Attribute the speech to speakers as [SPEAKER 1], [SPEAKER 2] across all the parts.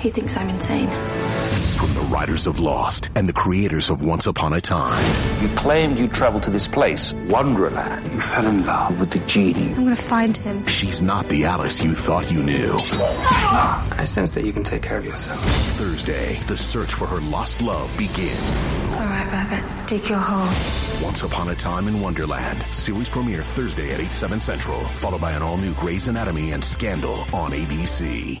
[SPEAKER 1] he thinks I'm insane.
[SPEAKER 2] From the writers of Lost and the creators of Once Upon a Time
[SPEAKER 3] You claimed you traveled to this place, Wonderland. You fell in love with the genie.
[SPEAKER 4] I'm gonna find him.
[SPEAKER 2] She's not the Alice you thought you knew.
[SPEAKER 5] I sense that you can take care of yourself.
[SPEAKER 2] Thursday, the search for her lost love begins.
[SPEAKER 4] All right, Rabbit, dig your hole.
[SPEAKER 2] Once Upon a Time in Wonderland. Series premiere Thursday at 8, 7 central, followed by an all-new Grey's Anatomy and Scandal on ABC.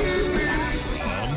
[SPEAKER 6] From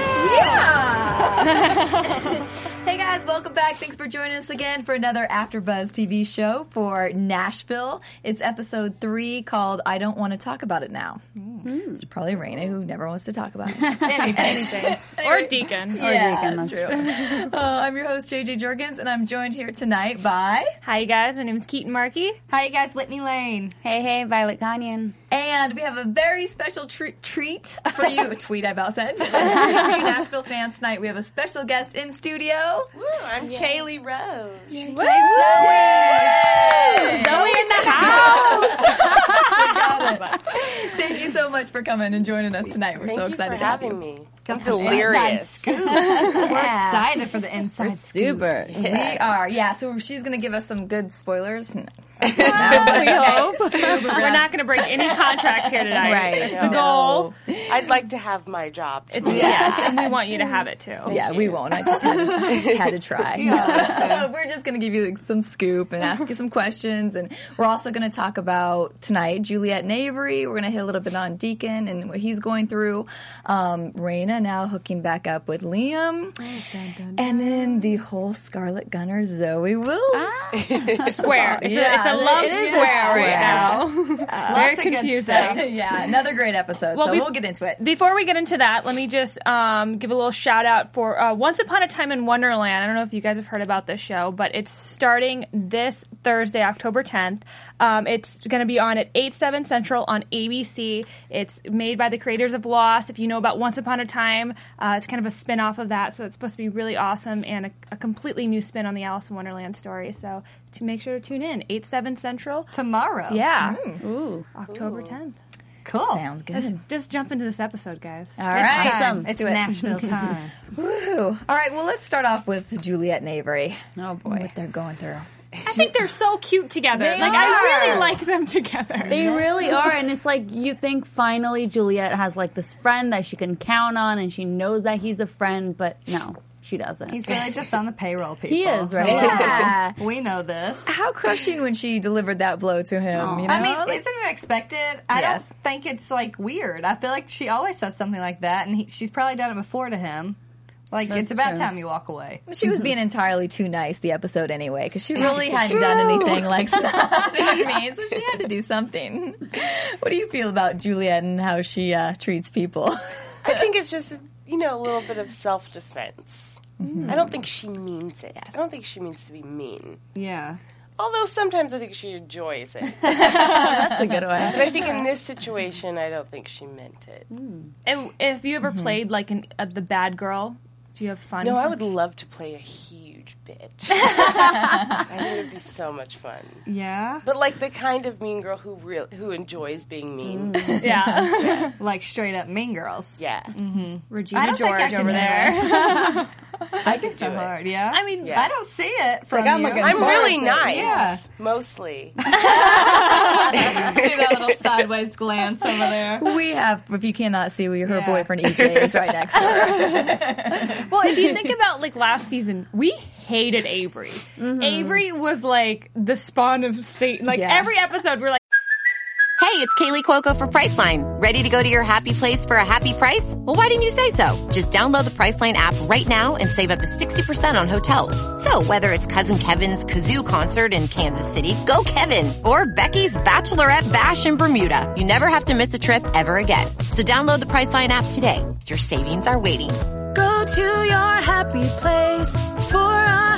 [SPEAKER 7] Hey guys, welcome back. Thanks for joining us again for another AfterBuzz TV show for Nashville. It's episode three called I Don't Want to Talk About It Now. It's probably Raina who never wants to talk about it. Hmm. anything.
[SPEAKER 8] or Deacon.
[SPEAKER 7] yeah, that's true. Uh, I'm your host, JJ Jorgens, and I'm joined here tonight by...
[SPEAKER 8] Hi guys, my name is Keaton Markey.
[SPEAKER 9] Hi, you guys. Whitney Lane. Hey, hey, Violet Gagnon.
[SPEAKER 7] And we have a very special tre- treat for you. a tweet I about said. A treat for you Nashville fans tonight. We have a special guest in studio.
[SPEAKER 10] I'm Chaley Rose.
[SPEAKER 8] Woo! Zoe in the house.
[SPEAKER 7] Thank you so much for coming and joining us tonight. We're
[SPEAKER 10] Thank
[SPEAKER 7] so
[SPEAKER 10] you
[SPEAKER 7] excited
[SPEAKER 10] for
[SPEAKER 7] to have you.
[SPEAKER 10] having me. I'm delirious.
[SPEAKER 9] We're excited for the inside scoop.
[SPEAKER 8] Super.
[SPEAKER 7] We are, yeah. So she's going to give us some good spoilers. No.
[SPEAKER 8] we hope. We're not going to break any contracts here tonight. Right. That's the goal.
[SPEAKER 10] I'd like to have my job.
[SPEAKER 8] It's, Yes, and we want you to have it too.
[SPEAKER 7] Yeah, we won't. I just had, I just had to try. we're just going to give you like, some scoop and ask you some questions. And we're also going to talk about tonight Juliet and Avery. We're going to hit a little bit on Deacon and what he's going through. Um, Raina now hooking back up with Liam.
[SPEAKER 9] Oh,
[SPEAKER 7] And then the whole Scarlet Gunner Zoe Will.
[SPEAKER 9] Ah,
[SPEAKER 8] Square. It's,
[SPEAKER 7] Yeah,
[SPEAKER 8] a, it's a love
[SPEAKER 7] it is a
[SPEAKER 8] square
[SPEAKER 7] square.
[SPEAKER 8] right now. Very
[SPEAKER 9] good stuff.
[SPEAKER 8] confusing.
[SPEAKER 7] yeah, another great episode.
[SPEAKER 8] Well,
[SPEAKER 7] so
[SPEAKER 8] we-
[SPEAKER 7] we'll get into it.
[SPEAKER 8] Before we get into that, let me just um, give a little shout out for uh, Once Upon a Time in Wonderland. I don't know if you guys have heard about this show, but it's starting this Thursday, October 10th. Um, it's going to be on at 8, 7 central on ABC. It's made by the creators of Lost. If you know about Once Upon a Time, uh, it's kind of a spin off of that. So it's supposed to be really awesome and a, a completely new spin on the Alice in Wonderland story. So to make sure to tune in, 8, 7 central.
[SPEAKER 9] Tomorrow.
[SPEAKER 8] Yeah.
[SPEAKER 7] Mm.
[SPEAKER 8] Ooh. October 10th.
[SPEAKER 9] Cool.
[SPEAKER 7] Sounds good.
[SPEAKER 8] Let's just jump into this episode, guys.
[SPEAKER 9] All
[SPEAKER 7] right.
[SPEAKER 9] right.
[SPEAKER 7] Awesome. Let's
[SPEAKER 9] It's
[SPEAKER 7] do it.
[SPEAKER 9] Nashville time.
[SPEAKER 7] Woo. All right, well, let's start off with Juliet and Avery.
[SPEAKER 9] Oh, boy.
[SPEAKER 7] What they're going through.
[SPEAKER 8] I think they're so cute together.
[SPEAKER 9] They
[SPEAKER 8] like I
[SPEAKER 9] are.
[SPEAKER 8] really like them together.
[SPEAKER 11] They really are, and it's like you think finally Juliet has like this friend that she can count on, and she knows that he's a friend, but no, she doesn't.
[SPEAKER 9] He's really just on the payroll, people.
[SPEAKER 11] he is right.
[SPEAKER 7] Yeah.
[SPEAKER 9] We know this. Oh,
[SPEAKER 7] How crushing when she delivered that blow to him. You know?
[SPEAKER 9] I mean,
[SPEAKER 7] Like,
[SPEAKER 9] isn't it expected? I
[SPEAKER 7] Yes.
[SPEAKER 9] don't think it's like weird. I feel like she always says something like that, and he, she's probably done it before to him. Like it's about
[SPEAKER 11] true.
[SPEAKER 9] time you walk away.
[SPEAKER 7] she was being entirely too nice the episode anyway because she really hadn't done anything like that. I mean, so she had to do something. What do you feel about Juliet and how she uh, treats people?
[SPEAKER 3] I think it's just, you know, a little bit of self defense.
[SPEAKER 7] Mm-hmm.
[SPEAKER 3] I don't think she means it. I don't think she means to be mean.
[SPEAKER 9] Yeah.
[SPEAKER 3] Although sometimes I think she enjoys it.
[SPEAKER 7] That's a good one.
[SPEAKER 3] But I think in this situation, I don't think she meant it.
[SPEAKER 8] And if you ever
[SPEAKER 7] Mm-hmm.
[SPEAKER 3] Mhm.
[SPEAKER 8] played like an, uh, the bad girl, do you have fun?
[SPEAKER 3] No, I would love to play a huge bitch. I think it would be so much fun.
[SPEAKER 9] Yeah.
[SPEAKER 3] But like the kind of mean girl who real who enjoys being mean.
[SPEAKER 9] Yeah. like straight up mean girls.
[SPEAKER 3] Yeah.
[SPEAKER 9] Mm-hmm.
[SPEAKER 8] Regina George over there.
[SPEAKER 9] I think so hard. Yeah. I
[SPEAKER 8] mean,
[SPEAKER 9] I don't see it from
[SPEAKER 3] Like, I'm
[SPEAKER 9] you.
[SPEAKER 3] looking I'm forward really to it. nice.
[SPEAKER 9] Yeah.
[SPEAKER 3] Mostly.
[SPEAKER 9] see that little sideways glance over there.
[SPEAKER 7] We have, if you cannot see, we her boyfriend EJ is right next to her.
[SPEAKER 8] well, if you think about like last season, we hated Avery.
[SPEAKER 11] Mm-hmm.
[SPEAKER 8] Avery was like the spawn of Satan. Like
[SPEAKER 12] Yeah.
[SPEAKER 8] every episode, we're like,
[SPEAKER 12] Hey, it's Kaylee Cuoco for Priceline. Ready to go to your happy place for a happy price? Well, why didn't you say so? Just download the Priceline app right now and save up to 60% on hotels. So whether it's Cousin Kevin's Kazoo concert in Kansas City, go Kevin, or Becky's Bachelorette Bash in Bermuda, you never have to miss a trip ever again. So download the Priceline app today. Your savings are waiting.
[SPEAKER 13] Go to your happy place for a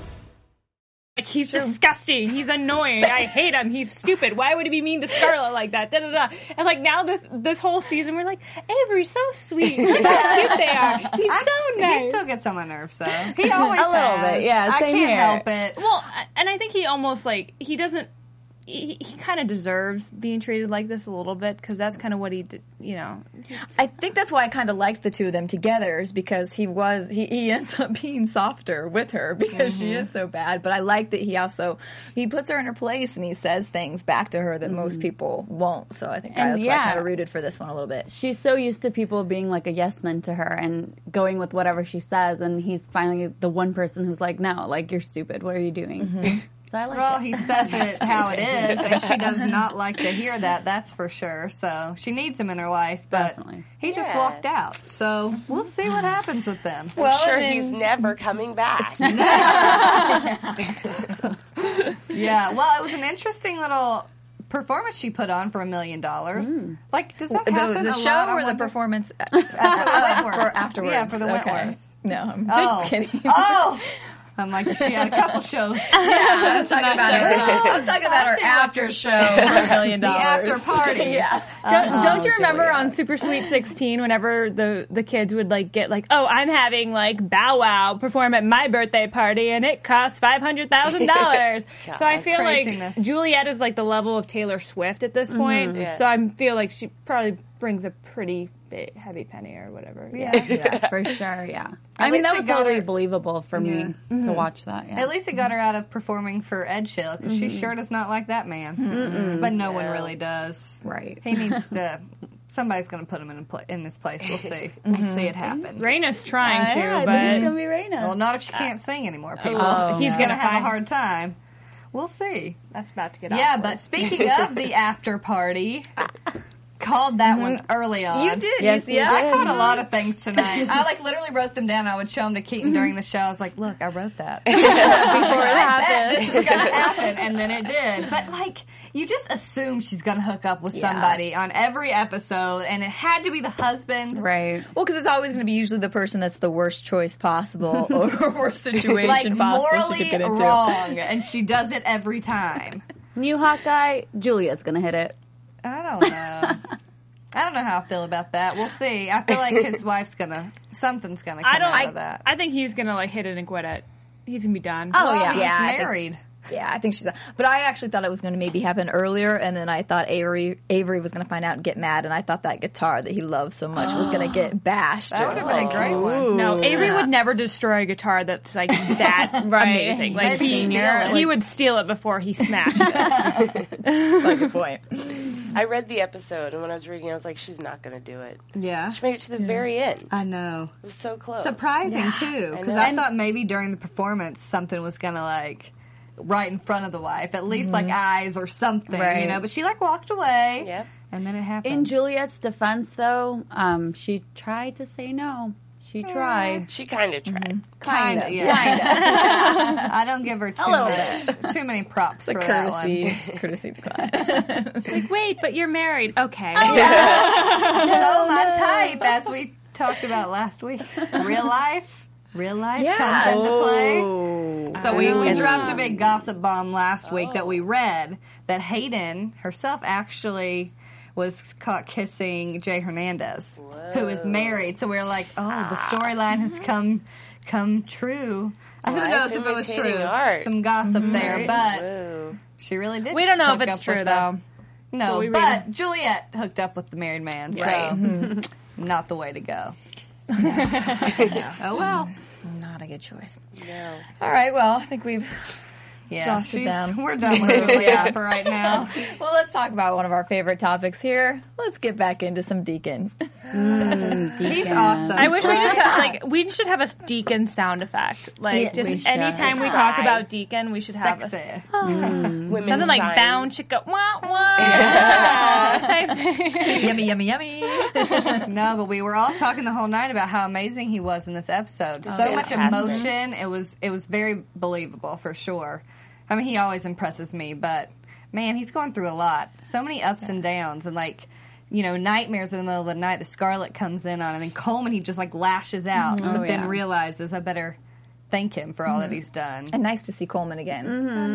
[SPEAKER 8] like he's disgusting. He's annoying. I hate him. He's stupid. Why would he be mean to Scarlett like that? Da da da. And like now this this whole season, we're like Avery's so sweet. Look how cute they are. He's
[SPEAKER 9] I'm s-
[SPEAKER 8] so nice.
[SPEAKER 9] He still gets on my nerves though. He always
[SPEAKER 8] a little
[SPEAKER 9] has.
[SPEAKER 8] bit. Yeah,
[SPEAKER 9] I
[SPEAKER 8] same
[SPEAKER 9] can't
[SPEAKER 8] here.
[SPEAKER 9] help it.
[SPEAKER 8] Well, I- and I think he almost like he doesn't. He, he kind of deserves being treated like this a little bit because that's kind of what he did. You know,
[SPEAKER 7] I think that's why I kind of liked the two of them together is because he was he, he ends up being softer with her because she
[SPEAKER 9] Mhm.
[SPEAKER 7] is so bad. But I like that he also he puts her in her place and he says things back to her
[SPEAKER 9] Mm-hmm.
[SPEAKER 7] that most people won't. So I think
[SPEAKER 14] And
[SPEAKER 7] that's why I
[SPEAKER 14] yeah.
[SPEAKER 7] kind of rooted for this one a little bit.
[SPEAKER 14] She's so used to people being like a yes man to her and going with whatever she says, and he's finally the one person who's like, "No, like you're stupid. What are you doing?"
[SPEAKER 9] Mm-hmm.
[SPEAKER 14] So I like
[SPEAKER 9] well,
[SPEAKER 14] it.
[SPEAKER 9] he says it how it is, and she does not like to hear that. That's for sure. So she needs him in her life, but he just
[SPEAKER 3] Yeah.
[SPEAKER 9] walked out. So we'll see what happens with them.
[SPEAKER 3] I'm sure he's never coming back.
[SPEAKER 9] yeah. Well, it was an interesting little performance she put on for a million dollars.
[SPEAKER 8] Mm.
[SPEAKER 9] Like, does that
[SPEAKER 7] The-
[SPEAKER 9] happen?
[SPEAKER 7] the
[SPEAKER 9] a
[SPEAKER 7] show
[SPEAKER 9] lot? I
[SPEAKER 7] or the
[SPEAKER 9] wonder-
[SPEAKER 7] performance
[SPEAKER 9] for Wentworth?
[SPEAKER 7] Or afterwards.
[SPEAKER 9] Yeah, for the
[SPEAKER 7] Okay.
[SPEAKER 9] Wentworths.
[SPEAKER 7] No, I'm
[SPEAKER 9] Oh.
[SPEAKER 7] just kidding.
[SPEAKER 9] Oh. I'm like, she had a couple shows.
[SPEAKER 7] Yeah, I was talking about her. I was talking about her after show for a million
[SPEAKER 9] The
[SPEAKER 7] dollars.
[SPEAKER 9] after party.
[SPEAKER 7] yeah.
[SPEAKER 14] Uh,
[SPEAKER 8] Don't, don't you remember on Super Sweet 16 whenever the, the kids would like get like, oh, I'm having like Bow Wow perform at my birthday party and it costs $500,000. so I
[SPEAKER 9] God.
[SPEAKER 8] feel
[SPEAKER 9] Craziness.
[SPEAKER 8] like Juliet is like the level of Taylor Swift at this point.
[SPEAKER 9] Mhm.
[SPEAKER 14] Mm-hmm.
[SPEAKER 9] Yeah.
[SPEAKER 8] So I feel like she probably brings a pretty big, heavy penny or whatever.
[SPEAKER 9] Yeah.
[SPEAKER 14] for sure. Yeah,
[SPEAKER 9] At
[SPEAKER 14] I mean
[SPEAKER 9] least
[SPEAKER 14] that
[SPEAKER 9] they
[SPEAKER 14] was
[SPEAKER 9] got
[SPEAKER 14] totally
[SPEAKER 9] her-
[SPEAKER 14] believable for
[SPEAKER 9] Yeah. Mm-hmm.
[SPEAKER 14] me to watch that. Yeah.
[SPEAKER 9] At least it got her out of performing for Ed Sheeran because she
[SPEAKER 14] Mhm.
[SPEAKER 9] sure does not like that man.
[SPEAKER 14] Mm-mm.
[SPEAKER 9] But no one really does.
[SPEAKER 14] Right.
[SPEAKER 9] He needs to. Somebody's going to put him in a pla in this place. We'll see. We'll see it happen.
[SPEAKER 8] Raina's trying to, but
[SPEAKER 9] be Raina. Well, not if she can't sing anymore. People.
[SPEAKER 8] well,
[SPEAKER 9] he's
[SPEAKER 8] he's
[SPEAKER 9] going to
[SPEAKER 8] gonna
[SPEAKER 9] have a
[SPEAKER 8] find-
[SPEAKER 9] hard time. We'll see.
[SPEAKER 8] that's about to get
[SPEAKER 9] yeah,
[SPEAKER 8] awkward.
[SPEAKER 9] but speaking of the after party, called that one early on.
[SPEAKER 7] You did, Yes, you- you
[SPEAKER 9] I
[SPEAKER 7] did.
[SPEAKER 9] caught
[SPEAKER 8] Mm-hmm.
[SPEAKER 9] a lot of things tonight. I like literally wrote them down. I would show them to Keaton during the show. I was like, "Look, I wrote that before it
[SPEAKER 7] happened.
[SPEAKER 9] This is gonna happen," and then it did. But like, you just assume she's gonna hook up with
[SPEAKER 7] Yeah.
[SPEAKER 9] somebody on every episode, and it had to be the husband,
[SPEAKER 14] right?
[SPEAKER 7] Well, because it's always going to be usually the person that's the worst choice possible or worst situation
[SPEAKER 9] like
[SPEAKER 7] possible
[SPEAKER 9] morally
[SPEAKER 7] she could get into.
[SPEAKER 9] wrong, and she does it every time.
[SPEAKER 14] New Hawkeye, Julia's gonna hit it.
[SPEAKER 9] I don't know. I don't know how I feel about that. We'll see. I feel like his wife's gonna something's gonna come
[SPEAKER 8] I don't,
[SPEAKER 9] out
[SPEAKER 8] I,
[SPEAKER 9] of that.
[SPEAKER 8] I think he's going to like hit it and quit it. He's going to be done.
[SPEAKER 9] Oh, yeah.
[SPEAKER 7] yeah,
[SPEAKER 9] He's
[SPEAKER 7] I think
[SPEAKER 9] married.
[SPEAKER 7] s- yeah, I think she's. But I actually thought it was going to maybe happen earlier, and then I thought Avery Avery was going to find out and get mad, and I thought that guitar that he loves so much was going to get bashed.
[SPEAKER 9] That
[SPEAKER 7] or,
[SPEAKER 9] would've been a
[SPEAKER 7] like,
[SPEAKER 9] great one.
[SPEAKER 8] No,
[SPEAKER 9] Ooh.
[SPEAKER 8] Avery
[SPEAKER 9] Yeah.
[SPEAKER 8] would never destroy a guitar that's like that
[SPEAKER 14] Right.
[SPEAKER 8] amazing. Like
[SPEAKER 9] Maybe
[SPEAKER 8] he,
[SPEAKER 9] steal it.
[SPEAKER 8] he would steal it before he smashed it.
[SPEAKER 7] That's a good point.
[SPEAKER 8] I read the episode, and when I was reading, I was like, she's not going to do it.
[SPEAKER 9] Yeah.
[SPEAKER 8] She made it to the very end.
[SPEAKER 9] I know.
[SPEAKER 8] It was so close.
[SPEAKER 9] Surprising too,
[SPEAKER 8] I
[SPEAKER 9] because
[SPEAKER 8] know.
[SPEAKER 9] I, thought maybe during the performance something was gonna like right in front of the wife, at least like
[SPEAKER 15] Mm-hmm.
[SPEAKER 16] Mhm.
[SPEAKER 9] eyes or something, you
[SPEAKER 16] Right.
[SPEAKER 9] know. But she like walked away. Yep. And then it happened.
[SPEAKER 16] In Juliet's defense, though, um, she tried to say no. She
[SPEAKER 9] Eh,
[SPEAKER 16] tried.
[SPEAKER 8] She kind of tried.
[SPEAKER 9] Kind
[SPEAKER 16] Kinda,
[SPEAKER 9] of, yeah. I don't give her too
[SPEAKER 16] little
[SPEAKER 9] much, too many
[SPEAKER 15] It's
[SPEAKER 9] props
[SPEAKER 15] a
[SPEAKER 9] for
[SPEAKER 15] courtesy,
[SPEAKER 9] that one.
[SPEAKER 15] courtesy decline.
[SPEAKER 7] like, wait, but you're married. Okay.
[SPEAKER 9] Yeah. so my
[SPEAKER 7] Oh, No.
[SPEAKER 9] type, as we talked about last week, real life, real life
[SPEAKER 7] Yeah.
[SPEAKER 9] comes into play.
[SPEAKER 15] Oh.
[SPEAKER 9] So we, we
[SPEAKER 15] Oh.
[SPEAKER 9] dropped a big gossip bomb last week that we
[SPEAKER 7] Oh.
[SPEAKER 9] read that Hayden herself actually was caught kissing Jay Hernandez, who is married. So we are like, oh, the storyline has
[SPEAKER 7] Mm-hmm.
[SPEAKER 9] come come true. Uh, Who
[SPEAKER 8] Life
[SPEAKER 9] knows if it was
[SPEAKER 8] imitating
[SPEAKER 9] true?
[SPEAKER 8] art.
[SPEAKER 9] Some gossip
[SPEAKER 8] Mhm.
[SPEAKER 9] there,
[SPEAKER 8] Right?
[SPEAKER 9] but she really did.
[SPEAKER 7] We don't know if
[SPEAKER 9] hook
[SPEAKER 7] it's
[SPEAKER 9] up
[SPEAKER 7] true,
[SPEAKER 9] with
[SPEAKER 7] though.
[SPEAKER 9] The, no,
[SPEAKER 7] But we
[SPEAKER 9] but,
[SPEAKER 7] read
[SPEAKER 9] Juliet hooked up with the married man,
[SPEAKER 15] Right.
[SPEAKER 9] so
[SPEAKER 15] Mhm.
[SPEAKER 7] Mm-hmm.
[SPEAKER 9] not the way to go. oh well,
[SPEAKER 15] not a good choice.
[SPEAKER 8] No.
[SPEAKER 15] All right. Well, I think we've
[SPEAKER 9] Yeah,
[SPEAKER 15] exhausted
[SPEAKER 9] she's-
[SPEAKER 15] them.
[SPEAKER 9] we're done with Julia for right now.
[SPEAKER 15] well, let's talk about one of our favorite topics here. Let's get back into some Deacon.
[SPEAKER 9] He's awesome.
[SPEAKER 7] I wish we
[SPEAKER 15] Right?
[SPEAKER 7] just had, like we should have a deacon sound effect. Like
[SPEAKER 15] Yeah,
[SPEAKER 7] just
[SPEAKER 15] we should.
[SPEAKER 7] anytime we
[SPEAKER 15] Just
[SPEAKER 7] talk
[SPEAKER 15] try.
[SPEAKER 7] about deacon, we should have
[SPEAKER 9] a,
[SPEAKER 8] Women
[SPEAKER 7] something like
[SPEAKER 8] sign.
[SPEAKER 7] bound chicka wah wah
[SPEAKER 8] Uh,
[SPEAKER 7] type thing.
[SPEAKER 15] yummy, yummy, yummy.
[SPEAKER 9] no, but we were all talking the whole night about how amazing he was in this episode.
[SPEAKER 15] Oh,
[SPEAKER 9] so much
[SPEAKER 15] fantastic.
[SPEAKER 9] emotion. It was it was very believable for sure. I mean, he always impresses me, but man, he's going through a lot. So many ups and downs, and like. You know, nightmares in the middle of the night. The Scarlet comes in on, and then Coleman he just like lashes out,
[SPEAKER 15] Mhm.
[SPEAKER 9] but
[SPEAKER 15] Oh,
[SPEAKER 9] then
[SPEAKER 15] yeah.
[SPEAKER 9] realizes I better thank him for all that
[SPEAKER 15] Mhm.
[SPEAKER 9] he's done. Mm-hmm.
[SPEAKER 15] And nice to see Coleman again.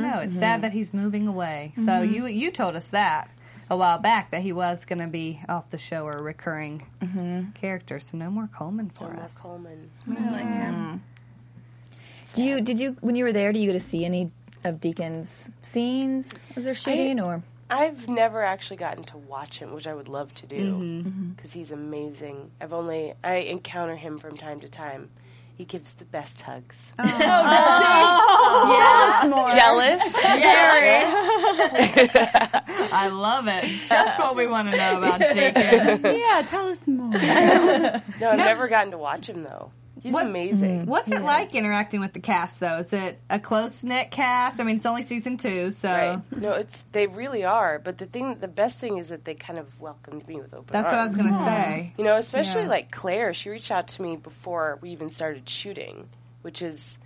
[SPEAKER 9] No, it's sad that he's moving away. So
[SPEAKER 15] Mhm.
[SPEAKER 9] you you told us that a while back that he was going to be off the show or a recurring character. So no more Coleman for us.
[SPEAKER 8] Coleman.
[SPEAKER 15] Do you did you when you were there? Do you get to see any of Deacon's scenes? Is there shooting or?
[SPEAKER 8] I've never actually gotten to watch him, which I would love to do
[SPEAKER 9] Mm-hmm.
[SPEAKER 15] Mhm.
[SPEAKER 8] because he's amazing. I've only I encounter him from time to time. He gives the best hugs.
[SPEAKER 9] Uh-huh. Yeah.
[SPEAKER 8] Jealous?
[SPEAKER 9] I love it. Just what we want to know about Deacon.
[SPEAKER 16] yeah, tell us more.
[SPEAKER 8] No, I've never gotten to watch him though. He's amazing.
[SPEAKER 15] Mm-hmm.
[SPEAKER 9] What's it like interacting with the cast though? Is it a close knit cast? I mean, it's only season two, so
[SPEAKER 8] No, it's they really are. But the thing, the best thing is that they kind of welcomed me with open.
[SPEAKER 9] That's what I was
[SPEAKER 8] arms.
[SPEAKER 9] gonna Aw. say.
[SPEAKER 8] You know, especially
[SPEAKER 9] Yeah.
[SPEAKER 8] like Claire, she reached out to me before we even started shooting, which is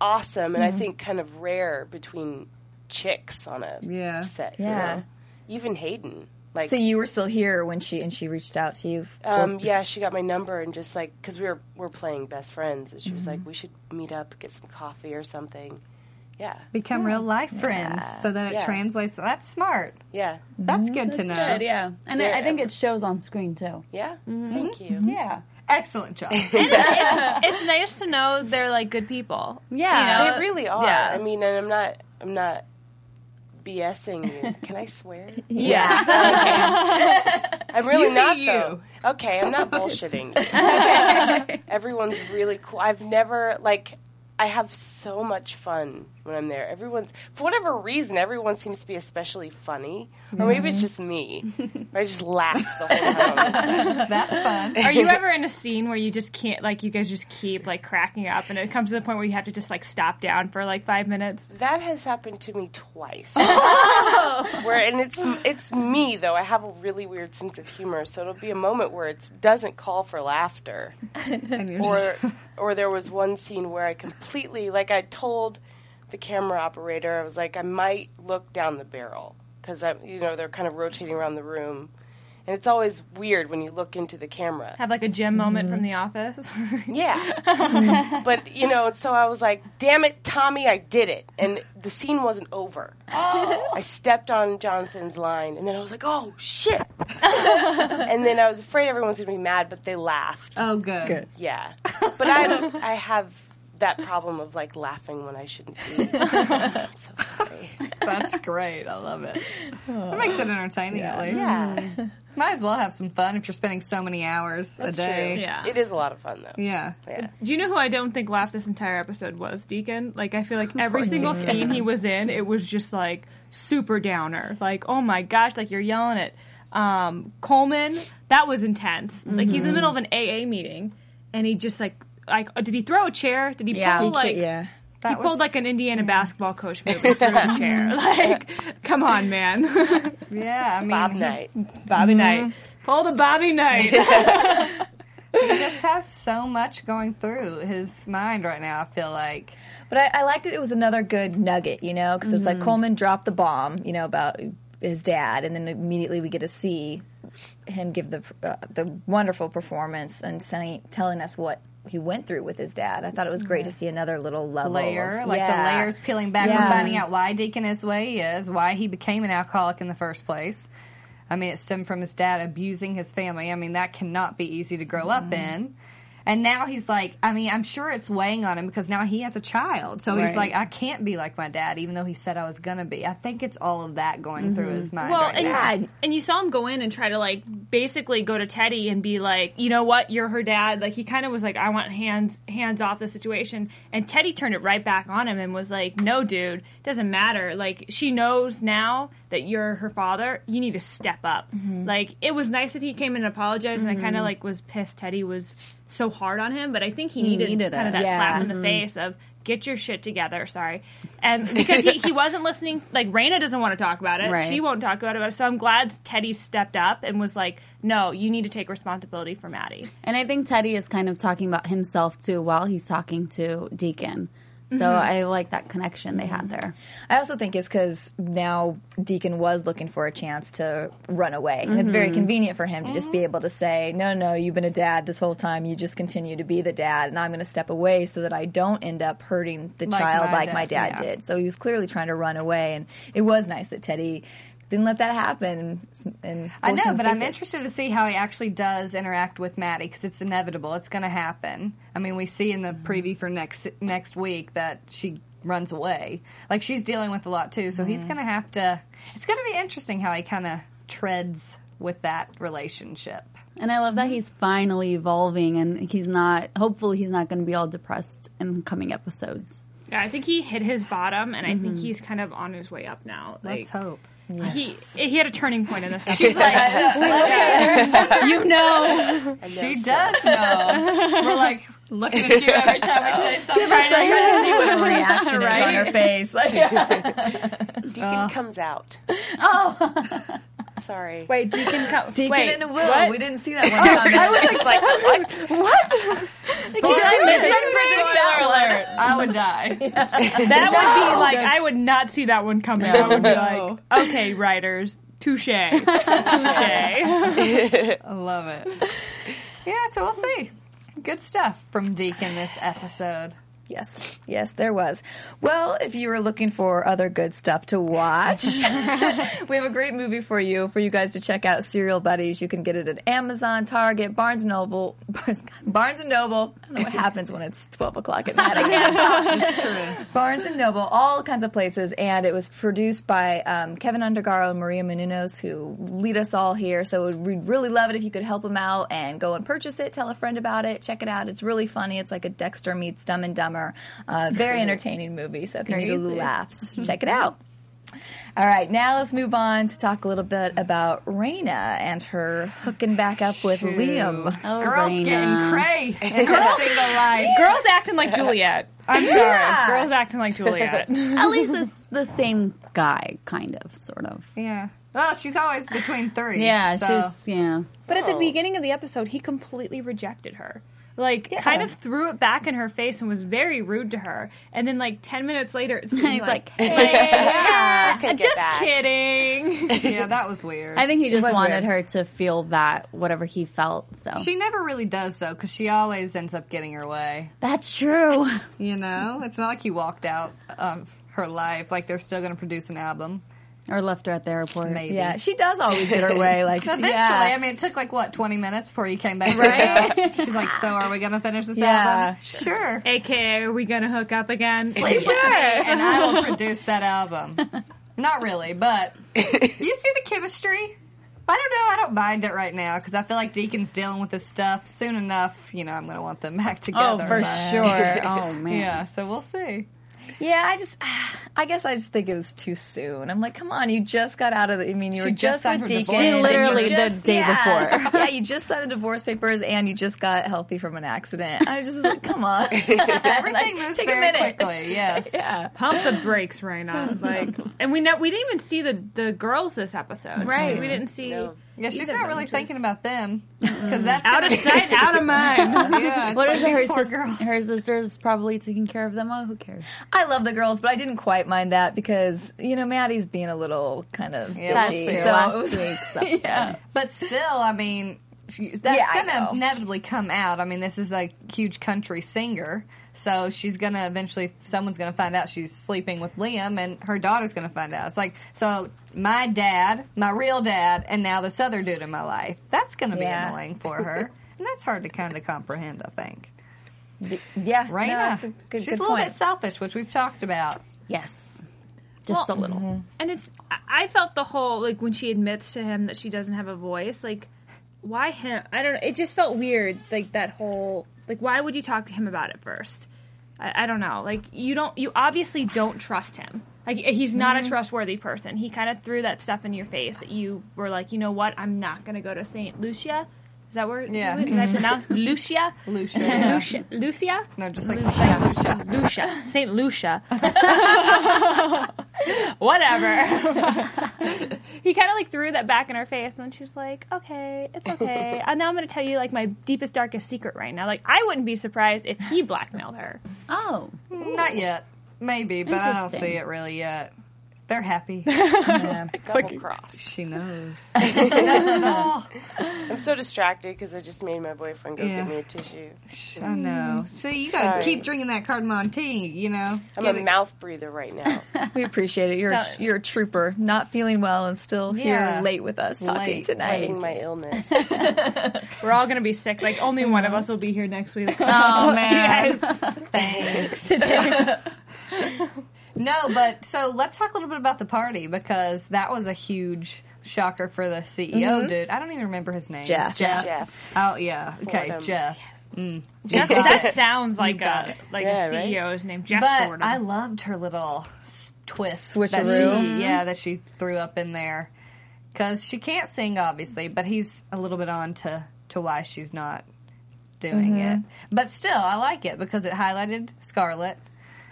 [SPEAKER 8] awesome, and I
[SPEAKER 9] Mhm.
[SPEAKER 8] think kind of rare between chicks on a
[SPEAKER 9] Yeah.
[SPEAKER 8] set. you
[SPEAKER 15] Yeah.
[SPEAKER 8] know? even Hayden. Like,
[SPEAKER 15] so you were still here when she and she reached out to you.
[SPEAKER 8] Um, yeah, she got my number and just like because we were we're playing best friends, and she was
[SPEAKER 9] Mm-hmm.
[SPEAKER 8] like, "We should meet up, get some coffee or something." Yeah,
[SPEAKER 9] become real life friends so that it
[SPEAKER 8] Yeah.
[SPEAKER 9] translates. That's smart.
[SPEAKER 8] Yeah.
[SPEAKER 9] That's good to know.
[SPEAKER 16] Good, yeah, and I I think it shows on screen too.
[SPEAKER 8] Yeah,
[SPEAKER 9] Mm-hmm.
[SPEAKER 16] thank
[SPEAKER 8] you.
[SPEAKER 9] Yeah, excellent job.
[SPEAKER 7] it's nice to know they're like good people. You know?
[SPEAKER 8] they really are.
[SPEAKER 7] Yeah.
[SPEAKER 8] I mean, and I'm not, I'm not BSing you. Can I swear?
[SPEAKER 7] Yeah.
[SPEAKER 8] Okay. I'm really
[SPEAKER 9] You be
[SPEAKER 8] not
[SPEAKER 9] you.
[SPEAKER 8] though. Okay, I'm not bullshitting. you. Everyone's really cool. I've never like. I have so much fun when I'm there. Everyone's, for whatever reason, everyone seems to be especially funny. Or maybe it's
[SPEAKER 7] Mhm.
[SPEAKER 8] just me. I just laugh the whole time.
[SPEAKER 9] That's fun.
[SPEAKER 7] Are you ever in a scene where you just can't, like, you guys just keep, like, cracking up and it comes to the point where you have to just, like, stop down for, like, five minutes?
[SPEAKER 8] That has happened to me twice. where and it's it's me though. I have a really weird sense of humor, so it'll be a moment where it doesn't call for laughter. or or there was one scene where I completely like I told the camera operator I was like I might look down the barrel because I you know they're kind of rotating around the room, and it's always weird when you look into the camera.
[SPEAKER 7] Have, like, a gym moment from The Office?
[SPEAKER 8] Yeah. but, you know, so I was like, damn it, Tommy, I did it. And the scene wasn't over. I stepped on Jonathan's line, and then I was like, oh, shit. and then I was afraid everyone was going to be mad, but they laughed.
[SPEAKER 9] Oh, good. Good.
[SPEAKER 8] Yeah. But I, I have that problem of, like, laughing when I shouldn't be. I'm so sorry.
[SPEAKER 9] That's great. I love it. That makes it entertaining at least.
[SPEAKER 8] Yeah.
[SPEAKER 9] Might as well have some fun if you're spending so many hours
[SPEAKER 8] That's
[SPEAKER 9] a day.
[SPEAKER 7] true. Yeah.
[SPEAKER 8] It is a lot of fun, though.
[SPEAKER 9] Yeah.
[SPEAKER 8] Yeah.
[SPEAKER 7] Do you know who I don't think laughed this entire episode was? Deacon? Like, I feel like every single
[SPEAKER 8] Deacon.
[SPEAKER 7] scene he was in, it was just, like, super downer. Like, oh my gosh, like, you're yelling at
[SPEAKER 8] um, Coleman. That was intense. Like he's in
[SPEAKER 9] Mm-hmm.
[SPEAKER 8] the middle of an AA meeting, and he just like like did he throw a chair? Did he
[SPEAKER 9] Yeah.
[SPEAKER 8] pull
[SPEAKER 9] He
[SPEAKER 8] like
[SPEAKER 9] ki- yeah.
[SPEAKER 8] he
[SPEAKER 9] That
[SPEAKER 8] pulled
[SPEAKER 9] was-
[SPEAKER 8] like an Indiana basketball coach move and threw a chair. Like, come on, man.
[SPEAKER 7] Yeah, I mean,
[SPEAKER 8] Bob
[SPEAKER 7] he-
[SPEAKER 8] Knight.
[SPEAKER 9] Mm-hmm.
[SPEAKER 8] Bobby Knight. Pull the Bobby Knight.
[SPEAKER 7] he just has so much going through his mind right now. I feel like.
[SPEAKER 9] But I, I liked it. It was another good nugget, you know, because it's like
[SPEAKER 7] Mhm.
[SPEAKER 9] Coleman dropped the bomb, you know, about his dad, and then immediately we get to see him give the uh, the wonderful performance and saying, telling us what he went through with his dad. I thought it was great to see another little level
[SPEAKER 7] layer,
[SPEAKER 9] of,
[SPEAKER 7] like
[SPEAKER 9] Yeah.
[SPEAKER 7] the layers peeling back and
[SPEAKER 9] Yeah.
[SPEAKER 7] finding out why Deacon is the way he is, why he became an alcoholic in the first place. I mean, it stemmed from his dad abusing his family. I mean, that cannot be easy to grow up in. And now he's like, I mean, I'm sure it's weighing on him because now he has a child. So he's
[SPEAKER 8] Right.
[SPEAKER 7] like, I can't be like my dad, even though he said I was going to be. I think it's all of that going through
[SPEAKER 9] Mm-hmm.
[SPEAKER 7] his mind.
[SPEAKER 8] Well,
[SPEAKER 7] right
[SPEAKER 8] and,
[SPEAKER 7] now.
[SPEAKER 8] and you saw him go in and try to like basically go to Teddy and be like, you know what, you're her dad. Like he kind of was like, I want hands hands off the situation. And Teddy turned it right back on him and was like, No, dude, doesn't matter. Like she knows now that you're her father. You need to step up.
[SPEAKER 17] Mhm.
[SPEAKER 8] Like it was nice that he came in and apologized, and I kind of
[SPEAKER 17] Mhm.
[SPEAKER 8] like was pissed Teddy was so hard on him, but I think he
[SPEAKER 17] He
[SPEAKER 8] needed,
[SPEAKER 17] needed
[SPEAKER 8] kind
[SPEAKER 17] it.
[SPEAKER 8] of that
[SPEAKER 17] Yeah.
[SPEAKER 8] slap in the
[SPEAKER 17] Mhm.
[SPEAKER 8] face of. Get your shit together, sorry, and because he, he wasn't listening. Like Raina doesn't want to talk about it;
[SPEAKER 17] Right.
[SPEAKER 8] she won't talk about it. So I'm glad Teddy stepped up and was like, "No, you need to take responsibility for Maddie."
[SPEAKER 18] And I think Teddy is kind of talking about himself too while he's talking to Deacon. So
[SPEAKER 7] Mm-hmm.
[SPEAKER 9] Mhm.
[SPEAKER 18] I like that connection they had there.
[SPEAKER 9] I also think it's because now Deacon was looking for a chance to run away, and it's very
[SPEAKER 7] Mm-hmm.
[SPEAKER 18] Mhm.
[SPEAKER 9] convenient for him to just be able to say, "No, no, you've been a dad this whole time. You just continue to be the dad, and I'm going to step away so that I don't end up hurting the
[SPEAKER 7] Like
[SPEAKER 9] child
[SPEAKER 7] my
[SPEAKER 9] like
[SPEAKER 7] dad,
[SPEAKER 9] my dad
[SPEAKER 7] yeah.
[SPEAKER 9] did." So he was clearly trying to run away, and it was nice that Teddy didn't let that happen. And
[SPEAKER 7] I
[SPEAKER 9] forced
[SPEAKER 7] know,
[SPEAKER 9] him to
[SPEAKER 7] but
[SPEAKER 9] fix
[SPEAKER 7] I'm
[SPEAKER 9] it.
[SPEAKER 7] interested to see how he actually does interact with Maddie because it's inevitable. It's going to happen. I mean, we see in the preview for next next week that she runs away. Like she's dealing with a lot too, so he's
[SPEAKER 9] Mhm.
[SPEAKER 7] going to have to. It's going to be interesting how he kind of treads with that relationship.
[SPEAKER 18] And I love that he's finally evolving and he's not, hopefully, he's not going to be all depressed in coming episodes.
[SPEAKER 8] Yeah, I think he hit his bottom, and I think
[SPEAKER 18] Mhm.
[SPEAKER 8] he's kind of on his way up now.
[SPEAKER 18] Let's
[SPEAKER 7] hope.
[SPEAKER 8] He he had a turning point in this.
[SPEAKER 18] She's like,
[SPEAKER 8] episode.
[SPEAKER 18] "Look at her.
[SPEAKER 8] you know,
[SPEAKER 7] She does know. We're like looking at you every time we say something.
[SPEAKER 19] Right.
[SPEAKER 7] Trying
[SPEAKER 19] Trying
[SPEAKER 7] to see what her reaction is on her face. Like,
[SPEAKER 19] Deacon
[SPEAKER 7] Uh,
[SPEAKER 19] comes out. Oh. Sorry.
[SPEAKER 8] Wait, Deacon comes.
[SPEAKER 9] Deacon
[SPEAKER 19] Wait,
[SPEAKER 9] and Will.
[SPEAKER 19] what?
[SPEAKER 9] We didn't see that one coming.
[SPEAKER 19] I was like, what?
[SPEAKER 8] what?
[SPEAKER 7] I would die.
[SPEAKER 8] That would
[SPEAKER 7] No.
[SPEAKER 8] be like I would not see that one coming. I would be like, okay, writers, touche, touche.
[SPEAKER 7] I love it. Yeah, so we'll see. Good stuff from Deacon this episode.
[SPEAKER 9] Yes, yes, there was. Well, if you were looking for other good stuff to watch, we have a great movie for you, for you guys to check out. Serial Buddies. You can get it at Amazon, Target, Barnes Noble, Barnes, Barnes and Noble. I don't know what happens when it's twelve o'clock at night. I can't talk. Barnes and Noble, all kinds of places, and it was produced by um, Kevin Undergaro and Maria Menounos, who lead us all here. So we'd really love it if you could help them out and go and purchase it, tell a friend about it, check it out. It's really funny. It's like a Dexter meets Dumb and Dumber, uh, very entertaining movie. So if you need a little
[SPEAKER 7] Crazy.
[SPEAKER 9] laughs, check it out. All right, now let's move on to talk a little bit about Raina and her hooking back up with Liam.
[SPEAKER 7] Oh, Girls Raina. getting cray in
[SPEAKER 9] Girl-
[SPEAKER 7] her single life.
[SPEAKER 8] Girls acting like Juliet. I'm sorry.
[SPEAKER 18] Yeah.
[SPEAKER 8] Girls acting like Juliet.
[SPEAKER 18] At least it's the same guy, kind of, sort of.
[SPEAKER 7] Yeah. Well, she's always between three.
[SPEAKER 18] Yeah,
[SPEAKER 7] so.
[SPEAKER 18] she's, yeah.
[SPEAKER 8] But at the
[SPEAKER 18] Oh.
[SPEAKER 8] beginning of the episode, he completely rejected her. Like, kind of threw it back in her face and was very rude to her. And then, like, 10 minutes later, it seemed
[SPEAKER 18] He's
[SPEAKER 8] like,
[SPEAKER 18] like,
[SPEAKER 8] "Hey,
[SPEAKER 18] yeah,
[SPEAKER 8] yeah,
[SPEAKER 18] take it
[SPEAKER 8] just
[SPEAKER 18] back."
[SPEAKER 8] kidding.
[SPEAKER 7] yeah, that was weird.
[SPEAKER 18] I think he
[SPEAKER 7] It
[SPEAKER 18] just
[SPEAKER 7] was
[SPEAKER 18] wanted
[SPEAKER 7] weird.
[SPEAKER 18] her to feel that, whatever he felt, so.
[SPEAKER 7] She never really does though, because she always ends up getting her way.
[SPEAKER 18] That's true.
[SPEAKER 7] You know, it's not like he walked out of her life. Like they're still going to produce an album.
[SPEAKER 18] Or left her at the airport.
[SPEAKER 7] Maybe.
[SPEAKER 9] Yeah, Uh, she does always get her way. Like,
[SPEAKER 7] eventually,
[SPEAKER 9] yeah.
[SPEAKER 7] I mean, it took like what twenty minutes before you came back. Right? She's like, "So are we gonna finish this
[SPEAKER 8] Yeah.
[SPEAKER 7] album? Sure.
[SPEAKER 8] AKA, are we gonna hook up again?
[SPEAKER 7] Sleep with me, and uh, I will produce that album." Not really, but you see the chemistry. I don't know. I don't mind it right now because I feel like Deacon's dealing with this stuff. Soon enough, you know, I'm going to want them back together.
[SPEAKER 18] Oh, for
[SPEAKER 7] but-
[SPEAKER 18] sure. Oh, man.
[SPEAKER 7] yeah. So we'll see.
[SPEAKER 9] Yeah, I just, I guess I just think it was too soon. I'm like, come on, you just got out of the. I mean, you
[SPEAKER 20] She
[SPEAKER 9] were
[SPEAKER 20] just
[SPEAKER 9] just,
[SPEAKER 20] got
[SPEAKER 9] with
[SPEAKER 20] her
[SPEAKER 9] Deacon.
[SPEAKER 20] divorce. She
[SPEAKER 9] and you
[SPEAKER 20] literally
[SPEAKER 9] just-
[SPEAKER 20] the day
[SPEAKER 9] yeah.
[SPEAKER 20] before.
[SPEAKER 9] yeah, you just signed the divorce papers and you just got healthy from an accident. I just was like, come on, everything
[SPEAKER 7] moves
[SPEAKER 9] take
[SPEAKER 7] very
[SPEAKER 9] a minute.
[SPEAKER 7] quickly, yes.
[SPEAKER 9] yeah,
[SPEAKER 8] Pump the brakes, Raina. Like, and we know we didn't even see the the girls this episode.
[SPEAKER 7] Right.
[SPEAKER 8] We didn't see.
[SPEAKER 7] Yeah, she's
[SPEAKER 8] either
[SPEAKER 7] not
[SPEAKER 8] of
[SPEAKER 7] really
[SPEAKER 8] them,
[SPEAKER 7] thinking about them because that's
[SPEAKER 8] Out
[SPEAKER 7] gonna
[SPEAKER 8] of
[SPEAKER 7] be-
[SPEAKER 8] sight, out of mind.
[SPEAKER 7] yeah, it's
[SPEAKER 20] what
[SPEAKER 7] like
[SPEAKER 20] is it?
[SPEAKER 7] these
[SPEAKER 20] Her,
[SPEAKER 7] poor
[SPEAKER 20] sis-
[SPEAKER 7] girls.
[SPEAKER 20] her sister's probably taking care of them. Oh, who cares?
[SPEAKER 9] I love the girls, but I didn't quite mind that because you know Maddie's being a little kind of
[SPEAKER 7] Yeah,
[SPEAKER 20] That's
[SPEAKER 9] bitchy.
[SPEAKER 20] true.
[SPEAKER 9] So
[SPEAKER 20] Last
[SPEAKER 9] it was-
[SPEAKER 20] week's episode.
[SPEAKER 9] yeah.
[SPEAKER 7] But still, I mean, she- that's
[SPEAKER 9] Yeah, I
[SPEAKER 7] going
[SPEAKER 9] know.
[SPEAKER 7] to inevitably come out. I mean, this is a huge country singer, so she's going to eventually. Someone's going to find out she's sleeping with Liam, and her daughter's going to find out. It's like so. My dad, my real dad, and now this other dude in my life. That's going to be
[SPEAKER 9] Yeah.
[SPEAKER 7] annoying for her, and that's hard to kind of comprehend. I think.
[SPEAKER 9] Yeah,
[SPEAKER 7] Right?
[SPEAKER 9] no, that's a good,
[SPEAKER 7] she's
[SPEAKER 9] good
[SPEAKER 7] a little
[SPEAKER 9] point.
[SPEAKER 7] bit selfish, which we've talked about.
[SPEAKER 20] Yes. Just a
[SPEAKER 8] Well,
[SPEAKER 20] little.
[SPEAKER 8] Mm-hmm. And it's I- I felt the whole like when she admits to him that she doesn't have a voice, like why him? I don't know. It just felt weird, like that whole like why would you talk to him about it first? I, I don't know. Like you don't you obviously don't trust him. Like he's not
[SPEAKER 7] Mm-hmm.
[SPEAKER 8] a trustworthy person. He kind of threw that stuff in your face that you were like, you know what? I'm not gonna go to Saint Lucia. Is that where?
[SPEAKER 7] Yeah.
[SPEAKER 8] Is that pronounced Lucia?
[SPEAKER 7] Lucia.
[SPEAKER 8] Lucia. Lucia.
[SPEAKER 7] No, just like Saint Lucia.
[SPEAKER 8] Lucia. Saint Lucia. Whatever. he kind of like threw that back in her face, and then she's like, "Okay, it's okay." And now I'm going to tell you like my deepest, darkest secret right now. Like I wouldn't be surprised if he blackmailed her.
[SPEAKER 20] Oh.
[SPEAKER 7] Not yet. Maybe, but I don't
[SPEAKER 20] Interesting.
[SPEAKER 7] see it really yet. They're happy.
[SPEAKER 21] Double cross.
[SPEAKER 7] She knows.
[SPEAKER 21] I'm so distracted because I just made my boyfriend go
[SPEAKER 7] Yeah.
[SPEAKER 21] get me a tissue.
[SPEAKER 7] I know. See, you gotta
[SPEAKER 21] Sorry.
[SPEAKER 7] keep drinking that cardamom tea, you know?
[SPEAKER 21] I'm
[SPEAKER 7] Get
[SPEAKER 21] a
[SPEAKER 7] it-
[SPEAKER 21] mouth breather right now.
[SPEAKER 9] We appreciate it. You're
[SPEAKER 21] So-
[SPEAKER 9] a, you're a trooper, not feeling well, and still
[SPEAKER 21] Yeah.
[SPEAKER 9] here late with us talking
[SPEAKER 21] Late.
[SPEAKER 9] tonight.
[SPEAKER 21] Fighting my illness.
[SPEAKER 8] We're all going to be sick. Like only one of us will be here next week.
[SPEAKER 20] Oh, man.
[SPEAKER 8] Yes.
[SPEAKER 7] no, but so let's talk a little bit about the party because that was a huge shocker for the CEO
[SPEAKER 9] Mhm.
[SPEAKER 7] dude. I don't even remember his name.
[SPEAKER 9] Jeff.
[SPEAKER 7] Jeff.
[SPEAKER 21] Jeff.
[SPEAKER 7] Oh, yeah. Okay,
[SPEAKER 21] Fordham.
[SPEAKER 7] Jeff. Mm.
[SPEAKER 8] Jeff-
[SPEAKER 7] You got
[SPEAKER 8] that
[SPEAKER 7] it.
[SPEAKER 8] sounds like
[SPEAKER 7] You got
[SPEAKER 8] a
[SPEAKER 7] it.
[SPEAKER 8] like
[SPEAKER 7] Yeah,
[SPEAKER 8] a
[SPEAKER 7] right?
[SPEAKER 8] CEO's name, Jeff
[SPEAKER 7] but
[SPEAKER 8] Fordham.
[SPEAKER 7] I loved her little s- twist That
[SPEAKER 9] Switcheroo.
[SPEAKER 7] she, yeah, that she threw up in there because she can't sing, obviously. But he's a little bit on to to why she's not doing
[SPEAKER 20] Mhm.
[SPEAKER 7] it. But still, I like it because it highlighted Scarlet.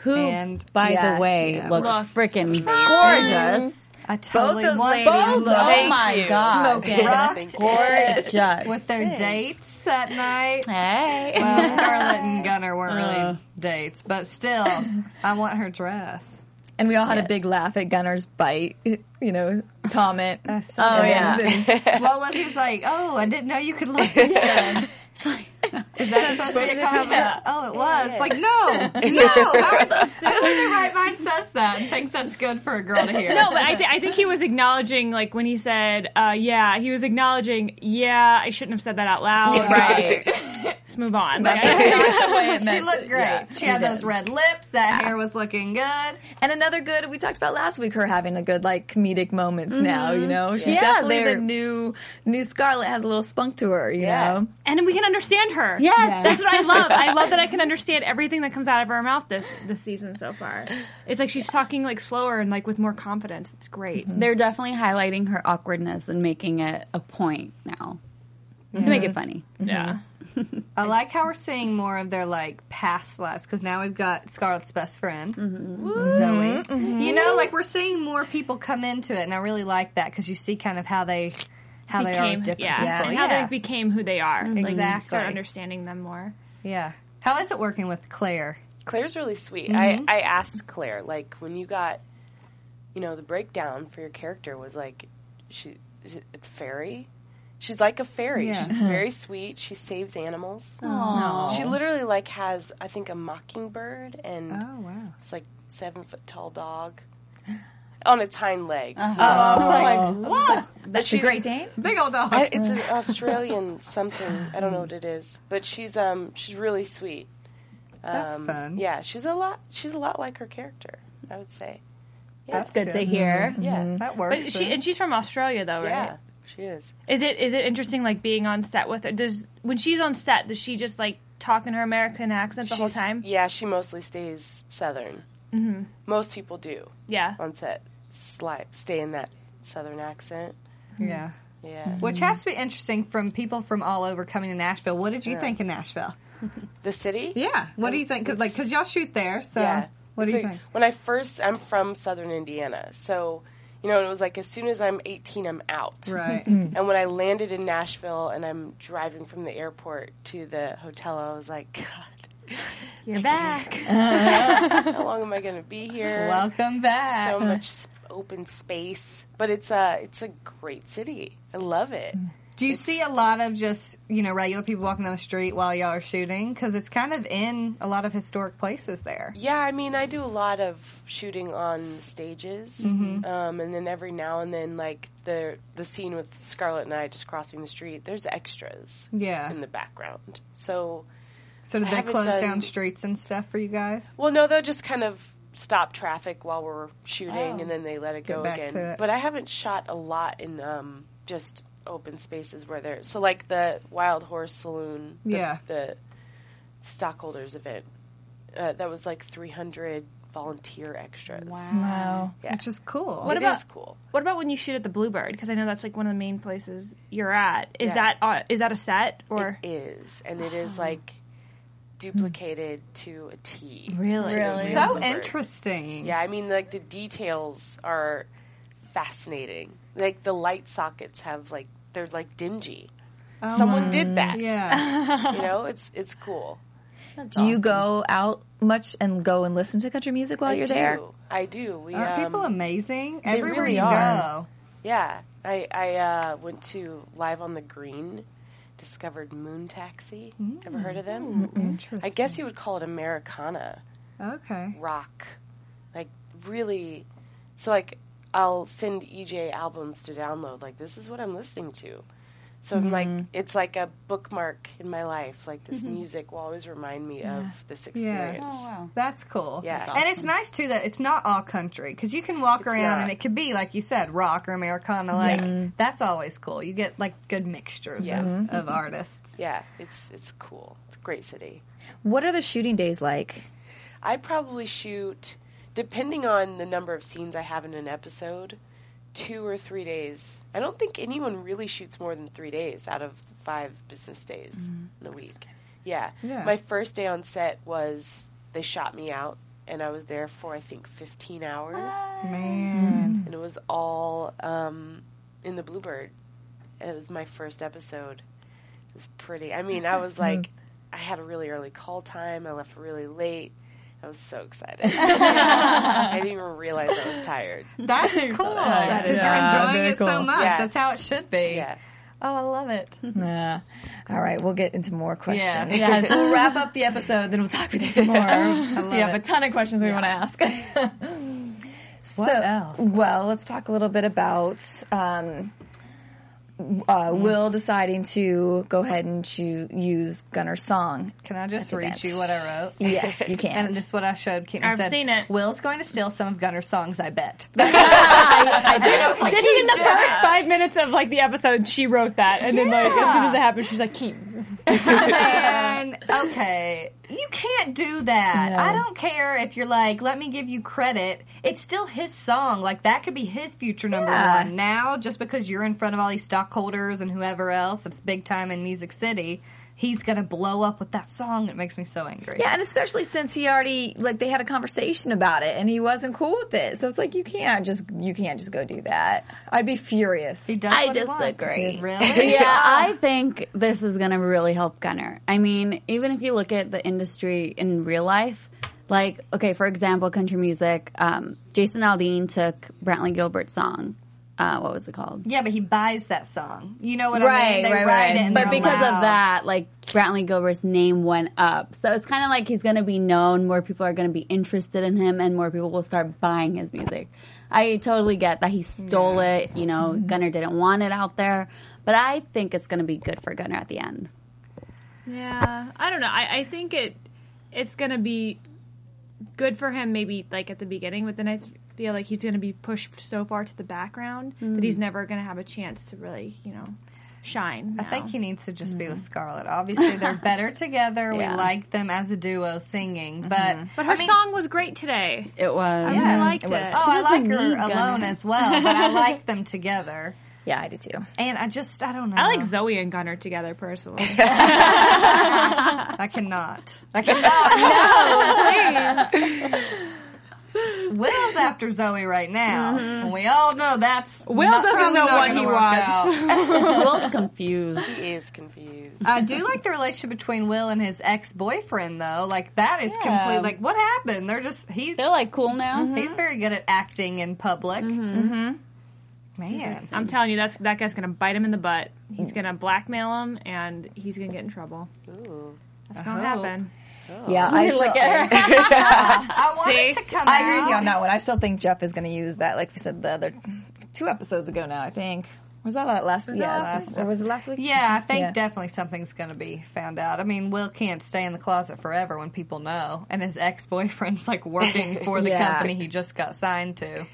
[SPEAKER 20] Who,
[SPEAKER 7] and
[SPEAKER 20] by
[SPEAKER 7] yeah,
[SPEAKER 20] the way,
[SPEAKER 7] yeah.
[SPEAKER 20] looked
[SPEAKER 7] Looked
[SPEAKER 20] freaking
[SPEAKER 7] gorgeous.
[SPEAKER 20] gorgeous.
[SPEAKER 7] I totally
[SPEAKER 9] those
[SPEAKER 7] want
[SPEAKER 9] ladies
[SPEAKER 7] both
[SPEAKER 9] look
[SPEAKER 20] oh
[SPEAKER 7] of
[SPEAKER 20] my
[SPEAKER 7] them.
[SPEAKER 20] god.
[SPEAKER 7] Smoking. Rocked
[SPEAKER 20] Gorgeous.
[SPEAKER 7] it with their dates that night. Hey, well, Scarlet and Gunner weren't
[SPEAKER 8] Uh.
[SPEAKER 7] really dates, but still, I want her dress.
[SPEAKER 9] And we all had a big laugh at Gunner's bite, you know, comment. oh
[SPEAKER 7] Oh, well, Liz was like, "Oh, I didn't know you could look this good." Is that supposed to be a compliment? Oh, it was. Like, no, no. How are those two? Who in their right mind says that and thinks that's good for a girl to hear?
[SPEAKER 8] No, but I, th- I think he was acknowledging, like when he said, uh, "Yeah," he was acknowledging, "Yeah, I shouldn't have said that out loud."
[SPEAKER 7] Right.
[SPEAKER 8] Let's move on.
[SPEAKER 9] That's
[SPEAKER 8] Like,
[SPEAKER 9] the way it
[SPEAKER 7] she
[SPEAKER 9] meant
[SPEAKER 7] looked
[SPEAKER 9] it.
[SPEAKER 7] great.
[SPEAKER 9] Yeah,
[SPEAKER 7] she,
[SPEAKER 9] she
[SPEAKER 7] had
[SPEAKER 9] did.
[SPEAKER 7] those red lips. That hair was looking good.
[SPEAKER 9] And another good we talked about last week, her having a good like comedic moments now. You know, she's
[SPEAKER 20] Yeah,
[SPEAKER 9] definitely the
[SPEAKER 20] they're-
[SPEAKER 9] new new Scarlet has a little spunk to her. You know,
[SPEAKER 8] and we can understand her.
[SPEAKER 20] Yes. Yes.
[SPEAKER 8] that's what I love. I love that I can understand everything that comes out of her mouth this this season so far. It's like she's talking like slower and like with more confidence. It's great.
[SPEAKER 7] Mm.
[SPEAKER 20] They're definitely highlighting her awkwardness and making it a point now to make
[SPEAKER 8] Mm-hmm.
[SPEAKER 20] it funny.
[SPEAKER 8] Yeah.
[SPEAKER 7] I like how we're seeing more of their like past lives because now we've got Scarlett's best friend
[SPEAKER 8] Mm-hmm.
[SPEAKER 7] Zoe.
[SPEAKER 9] Mm-hmm.
[SPEAKER 7] Mm-hmm. You know, like we're seeing more people come into it, and I really like that because you see kind of how they how they, are with different
[SPEAKER 8] yeah,
[SPEAKER 7] people.
[SPEAKER 8] and
[SPEAKER 7] yeah.
[SPEAKER 8] how they became who they are. Like, you
[SPEAKER 7] Exactly.
[SPEAKER 8] start understanding them more.
[SPEAKER 7] yeah. How is it working with Claire?
[SPEAKER 21] Claire's really sweet.
[SPEAKER 7] Mhm.
[SPEAKER 21] I, I asked Claire, like, when you got, you know, the breakdown for your character was like, she, she- it's fairy. She's like a fairy.
[SPEAKER 7] Yeah. Uh-huh.
[SPEAKER 21] She's very sweet. She saves animals.
[SPEAKER 7] Aw.
[SPEAKER 21] She literally like has, I think, a mockingbird and
[SPEAKER 7] Oh wow.
[SPEAKER 21] it's like seven foot tall dog on its hind legs.
[SPEAKER 7] Oh, I was like, whoa,
[SPEAKER 21] But she's-
[SPEAKER 9] Oh, Dane.
[SPEAKER 7] big old dog.
[SPEAKER 21] I, it's an Australian something. I don't know what it is, but she's um she's really sweet.
[SPEAKER 7] That's
[SPEAKER 21] Um,
[SPEAKER 7] fun.
[SPEAKER 21] Yeah, she's a lot. She's a lot like her character. I would say. Yeah.
[SPEAKER 20] That's good
[SPEAKER 7] Mm-hmm.
[SPEAKER 20] to hear.
[SPEAKER 21] Yeah,
[SPEAKER 7] That
[SPEAKER 8] But
[SPEAKER 7] works.
[SPEAKER 8] she and she's from Australia though, right?
[SPEAKER 21] yeah, she is.
[SPEAKER 8] Is it is it interesting like being on set with her? Does when she's on set does she just like talk in her American accent the whole
[SPEAKER 21] She's-
[SPEAKER 8] time? Mm-hmm.
[SPEAKER 21] Yeah, she mostly stays southern.
[SPEAKER 22] Mhm.
[SPEAKER 8] Most people do.
[SPEAKER 22] Yeah.
[SPEAKER 8] On set, slight stay in that southern accent.
[SPEAKER 7] Mm-hmm. Yeah.
[SPEAKER 8] Yeah.
[SPEAKER 7] Which has to be interesting from people from all over coming to Nashville. What did you
[SPEAKER 8] Yeah.
[SPEAKER 7] think of Nashville?
[SPEAKER 8] The city?
[SPEAKER 7] Yeah. What do you think? Cause, like, because y'all shoot there, so
[SPEAKER 8] Yeah.
[SPEAKER 7] what do
[SPEAKER 8] It's
[SPEAKER 7] you
[SPEAKER 8] like-
[SPEAKER 7] think?
[SPEAKER 8] When I first, I'm from Southern Indiana, so you know it was like as soon as I'm 18, I'm out.
[SPEAKER 7] Right. Mm.
[SPEAKER 8] and when I landed in Nashville and I'm driving from the airport to the hotel, I was like, God,
[SPEAKER 22] you're back.
[SPEAKER 8] How long am I going to be here?
[SPEAKER 7] Welcome back.
[SPEAKER 8] So much sp- open space, but it's a it's a great city. I love it.
[SPEAKER 7] Do you see a lot of just you know regular people walking down the street while y'all are shooting? Because it's kind of in a lot of historic places there.
[SPEAKER 8] Yeah, I mean, I do a lot of shooting on stages,
[SPEAKER 7] Mhm.
[SPEAKER 8] um, and then every now and then, like the the scene with Scarlett and I just crossing the street. There's extras,
[SPEAKER 7] Yeah.
[SPEAKER 8] in the background. So,
[SPEAKER 7] So did
[SPEAKER 8] I
[SPEAKER 7] they
[SPEAKER 8] haven't
[SPEAKER 7] close
[SPEAKER 8] done-
[SPEAKER 7] down streets and stuff for you guys?
[SPEAKER 8] Well, no, they'll just kind of stop traffic while we're shooting,
[SPEAKER 7] Oh.
[SPEAKER 8] and then they let it
[SPEAKER 7] Get
[SPEAKER 8] go
[SPEAKER 7] back
[SPEAKER 8] again.
[SPEAKER 7] to it.
[SPEAKER 8] But I haven't shot a lot in um, just open spaces where there. So, like the Wild Horse Saloon, the,
[SPEAKER 7] Yeah.
[SPEAKER 8] the stockholders event. Uh, that was like 300 volunteer extras.
[SPEAKER 22] Wow.
[SPEAKER 8] Yeah.
[SPEAKER 7] Which is cool.
[SPEAKER 22] What
[SPEAKER 8] It
[SPEAKER 22] about
[SPEAKER 8] is cool.
[SPEAKER 22] What about when you shoot at the Bluebird? Because I know that's like one of the main places you're at. Is
[SPEAKER 8] Yeah.
[SPEAKER 22] that uh, is that a set or
[SPEAKER 8] It is, and it is like duplicated to a T.
[SPEAKER 22] Really?
[SPEAKER 8] To the
[SPEAKER 22] Really?
[SPEAKER 8] real
[SPEAKER 22] So
[SPEAKER 8] number.
[SPEAKER 7] interesting.
[SPEAKER 8] Yeah, I mean, like the details are fascinating. Like the light sockets have like they're like dingy.
[SPEAKER 9] Oh
[SPEAKER 8] Someone
[SPEAKER 9] my-
[SPEAKER 8] did that.
[SPEAKER 9] Yeah.
[SPEAKER 8] you know, it's it's cool.
[SPEAKER 9] Do you go out much and go and listen to country music while
[SPEAKER 8] I
[SPEAKER 9] you're
[SPEAKER 8] do.
[SPEAKER 9] there?
[SPEAKER 8] I do. We
[SPEAKER 7] Aren't
[SPEAKER 8] um,
[SPEAKER 7] people amazing?
[SPEAKER 8] they
[SPEAKER 7] Everywhere
[SPEAKER 8] really
[SPEAKER 7] you
[SPEAKER 8] are.
[SPEAKER 7] go.
[SPEAKER 8] Yeah, I I uh, went to Live on the Green, discovered Moon Taxi. Ever heard of them?
[SPEAKER 7] Ooh, Mm, interesting.
[SPEAKER 8] I guess you would call it Americana
[SPEAKER 7] Okay.
[SPEAKER 8] rock, like really. So like, I'll send EJ albums to download. Like this is what I'm listening to. So I'm like,
[SPEAKER 9] Mm-hmm.
[SPEAKER 7] Mhm.
[SPEAKER 8] it's like a bookmark in my life. Like this
[SPEAKER 7] Mhm.
[SPEAKER 8] music will always remind me
[SPEAKER 7] Yeah.
[SPEAKER 8] of this experience.
[SPEAKER 9] Oh,
[SPEAKER 7] That's cool.
[SPEAKER 8] Yeah. That's
[SPEAKER 7] And it's nice too that it's not all country because you can walk around
[SPEAKER 8] not.
[SPEAKER 7] and it could be like you said, rock or Americana. Like
[SPEAKER 8] Yeah. Mm-hmm.
[SPEAKER 7] that's always cool. You get like good mixtures
[SPEAKER 8] Yeah.
[SPEAKER 7] of,
[SPEAKER 8] Mhm.
[SPEAKER 7] of artists.
[SPEAKER 8] Yeah, it's it's cool. It's a great city.
[SPEAKER 9] What are the shooting days like?
[SPEAKER 8] I probably shoot, depending on the number of scenes I have in an episode, two or three days. I don't think anyone really shoots more than three days out of five business days in a week. Yeah.
[SPEAKER 7] Yeah.
[SPEAKER 8] My first day on set was they shot me out, and I was there for I think 15 hours.
[SPEAKER 7] Man.
[SPEAKER 8] And it was all um, in the Bluebird. And It was my first episode. It was pretty. I mean, I was
[SPEAKER 23] Hmm.
[SPEAKER 8] like, I had a really early call time. I left really late. I was so excited. I didn't even realize I was tired.
[SPEAKER 7] That's
[SPEAKER 9] Oh,
[SPEAKER 7] cool.
[SPEAKER 8] That is
[SPEAKER 7] Because
[SPEAKER 8] awesome.
[SPEAKER 7] you're enjoying
[SPEAKER 9] Very
[SPEAKER 7] it
[SPEAKER 9] cool.
[SPEAKER 7] so much.
[SPEAKER 9] Yeah.
[SPEAKER 7] That's how it should be. Yeah.
[SPEAKER 9] Oh, I love it. Nah. All right, we'll get into more questions.
[SPEAKER 7] Yeah.
[SPEAKER 9] we'll wrap up the episode, then we'll talk with you some more. we have a
[SPEAKER 7] it.
[SPEAKER 9] ton of questions we want to ask. what so, else? Well, let's talk a little bit about um, uh,
[SPEAKER 7] Mm.
[SPEAKER 9] Will deciding to go ahead and choo- use Gunner's song.
[SPEAKER 7] Can I just
[SPEAKER 9] at the
[SPEAKER 7] read
[SPEAKER 9] event.
[SPEAKER 7] you what I wrote?
[SPEAKER 9] Yes, you can.
[SPEAKER 7] and this is what I showed Caitlin.
[SPEAKER 9] I've
[SPEAKER 7] said,
[SPEAKER 9] seen it.
[SPEAKER 7] Will's going to steal some of Gunner's songs, I bet.
[SPEAKER 22] I
[SPEAKER 7] did. I was like,
[SPEAKER 22] this
[SPEAKER 7] "He
[SPEAKER 22] is in the
[SPEAKER 7] did
[SPEAKER 22] first
[SPEAKER 7] it."
[SPEAKER 22] five minutes of like the episode. She wrote that, and then like as soon as it happened, she's like, "Keep."
[SPEAKER 7] Man, okay. You can't do that.
[SPEAKER 22] No.
[SPEAKER 7] I don't care if you're like, let me give you credit. It's still his song. Like, that could be his future number
[SPEAKER 9] Yeah.
[SPEAKER 7] one. Now, just because you're in front of all these stockholders and whoever else that's big time in Music City, he's going to blow up with that song. It makes me so angry.
[SPEAKER 9] Yeah, and especially since he already like they had a conversation about it, and he wasn't cool with it. So it's like you can't just you can't just go do that. I'd be furious. He
[SPEAKER 7] does
[SPEAKER 11] I disagree.
[SPEAKER 9] Really?
[SPEAKER 11] yeah, I think this is going to really help Gunner. I mean, even if you look at the industry in real life, like, okay, for example, country music, um, Jason Aldean took Brantley Gilbert's song. Uh, what was it called?
[SPEAKER 7] Yeah, but he buys that song. You know what I mean?
[SPEAKER 11] right,
[SPEAKER 7] They
[SPEAKER 11] right,
[SPEAKER 7] write
[SPEAKER 11] right.
[SPEAKER 7] it and
[SPEAKER 11] but
[SPEAKER 7] they're
[SPEAKER 11] because
[SPEAKER 7] allowed.
[SPEAKER 11] of that, like Brantley Gilbert's name went up, so it's kind of like he's going to be known. More people are going to be interested in him, and more people will start buying his music. I totally get that he stole it. You know, Gunner didn't want it out there, but I think it's going to be good for Gunner at the end.
[SPEAKER 22] Yeah, I don't know. I, I think it it's gonna be good for him. Maybe like at the beginning, but then I feel like he's gonna be pushed so far to the background that he's
[SPEAKER 7] Mm.
[SPEAKER 22] never gonna have a chance to really, you know.
[SPEAKER 7] shine.
[SPEAKER 9] I think he needs to just be with Scarlett. Obviously, they're better together.
[SPEAKER 7] Yeah.
[SPEAKER 9] We like them as a duo singing, but
[SPEAKER 7] But her song was great today.
[SPEAKER 24] It was.
[SPEAKER 7] I
[SPEAKER 9] Yeah.
[SPEAKER 7] really liked
[SPEAKER 9] It
[SPEAKER 7] it.
[SPEAKER 9] was. Oh, I like her alone as well, but I like them together.
[SPEAKER 23] Yeah, I do too.
[SPEAKER 9] And I just, I don't know.
[SPEAKER 7] I like Zoe and Gunner together personally.
[SPEAKER 9] I cannot. I cannot. no, please. Will's after Zoe right now.
[SPEAKER 7] Mm-hmm.
[SPEAKER 9] And we all know that's
[SPEAKER 7] Will
[SPEAKER 9] not,
[SPEAKER 7] doesn't
[SPEAKER 9] probably
[SPEAKER 7] know
[SPEAKER 9] not
[SPEAKER 7] what
[SPEAKER 9] gonna
[SPEAKER 7] he
[SPEAKER 9] work out.
[SPEAKER 24] Will's confused.
[SPEAKER 8] He is confused.
[SPEAKER 23] Uh,
[SPEAKER 9] I do like the relationship between Will and his ex boyfriend though. Like that is
[SPEAKER 24] Yeah.
[SPEAKER 9] complete. Like what happened? They're just he's
[SPEAKER 24] they're like cool now.
[SPEAKER 9] He's very good at acting in public.
[SPEAKER 7] mm-hmm.
[SPEAKER 9] Man,
[SPEAKER 7] I'm telling you, that's that guy's gonna bite him in the butt. He's gonna blackmail him, and he's gonna get in trouble.
[SPEAKER 8] Ooh.
[SPEAKER 7] That's
[SPEAKER 9] I
[SPEAKER 7] gonna
[SPEAKER 9] hope.
[SPEAKER 7] happen.
[SPEAKER 23] Yeah, I still,
[SPEAKER 9] look at her. I want it
[SPEAKER 7] See?
[SPEAKER 9] to come
[SPEAKER 23] I agree with
[SPEAKER 9] out.
[SPEAKER 23] you on that one. I still think Jeff is going to use that, like we said the other two episodes ago. Now I think was that la- last? yeah, last, or was it last week?
[SPEAKER 9] Yeah, I think
[SPEAKER 23] Yeah.
[SPEAKER 9] definitely something's going to be found out. I mean, Will can't stay in the closet forever when people know, and his ex boyfriend's like working for the
[SPEAKER 23] Yeah.
[SPEAKER 9] company he just got signed to. I
[SPEAKER 7] and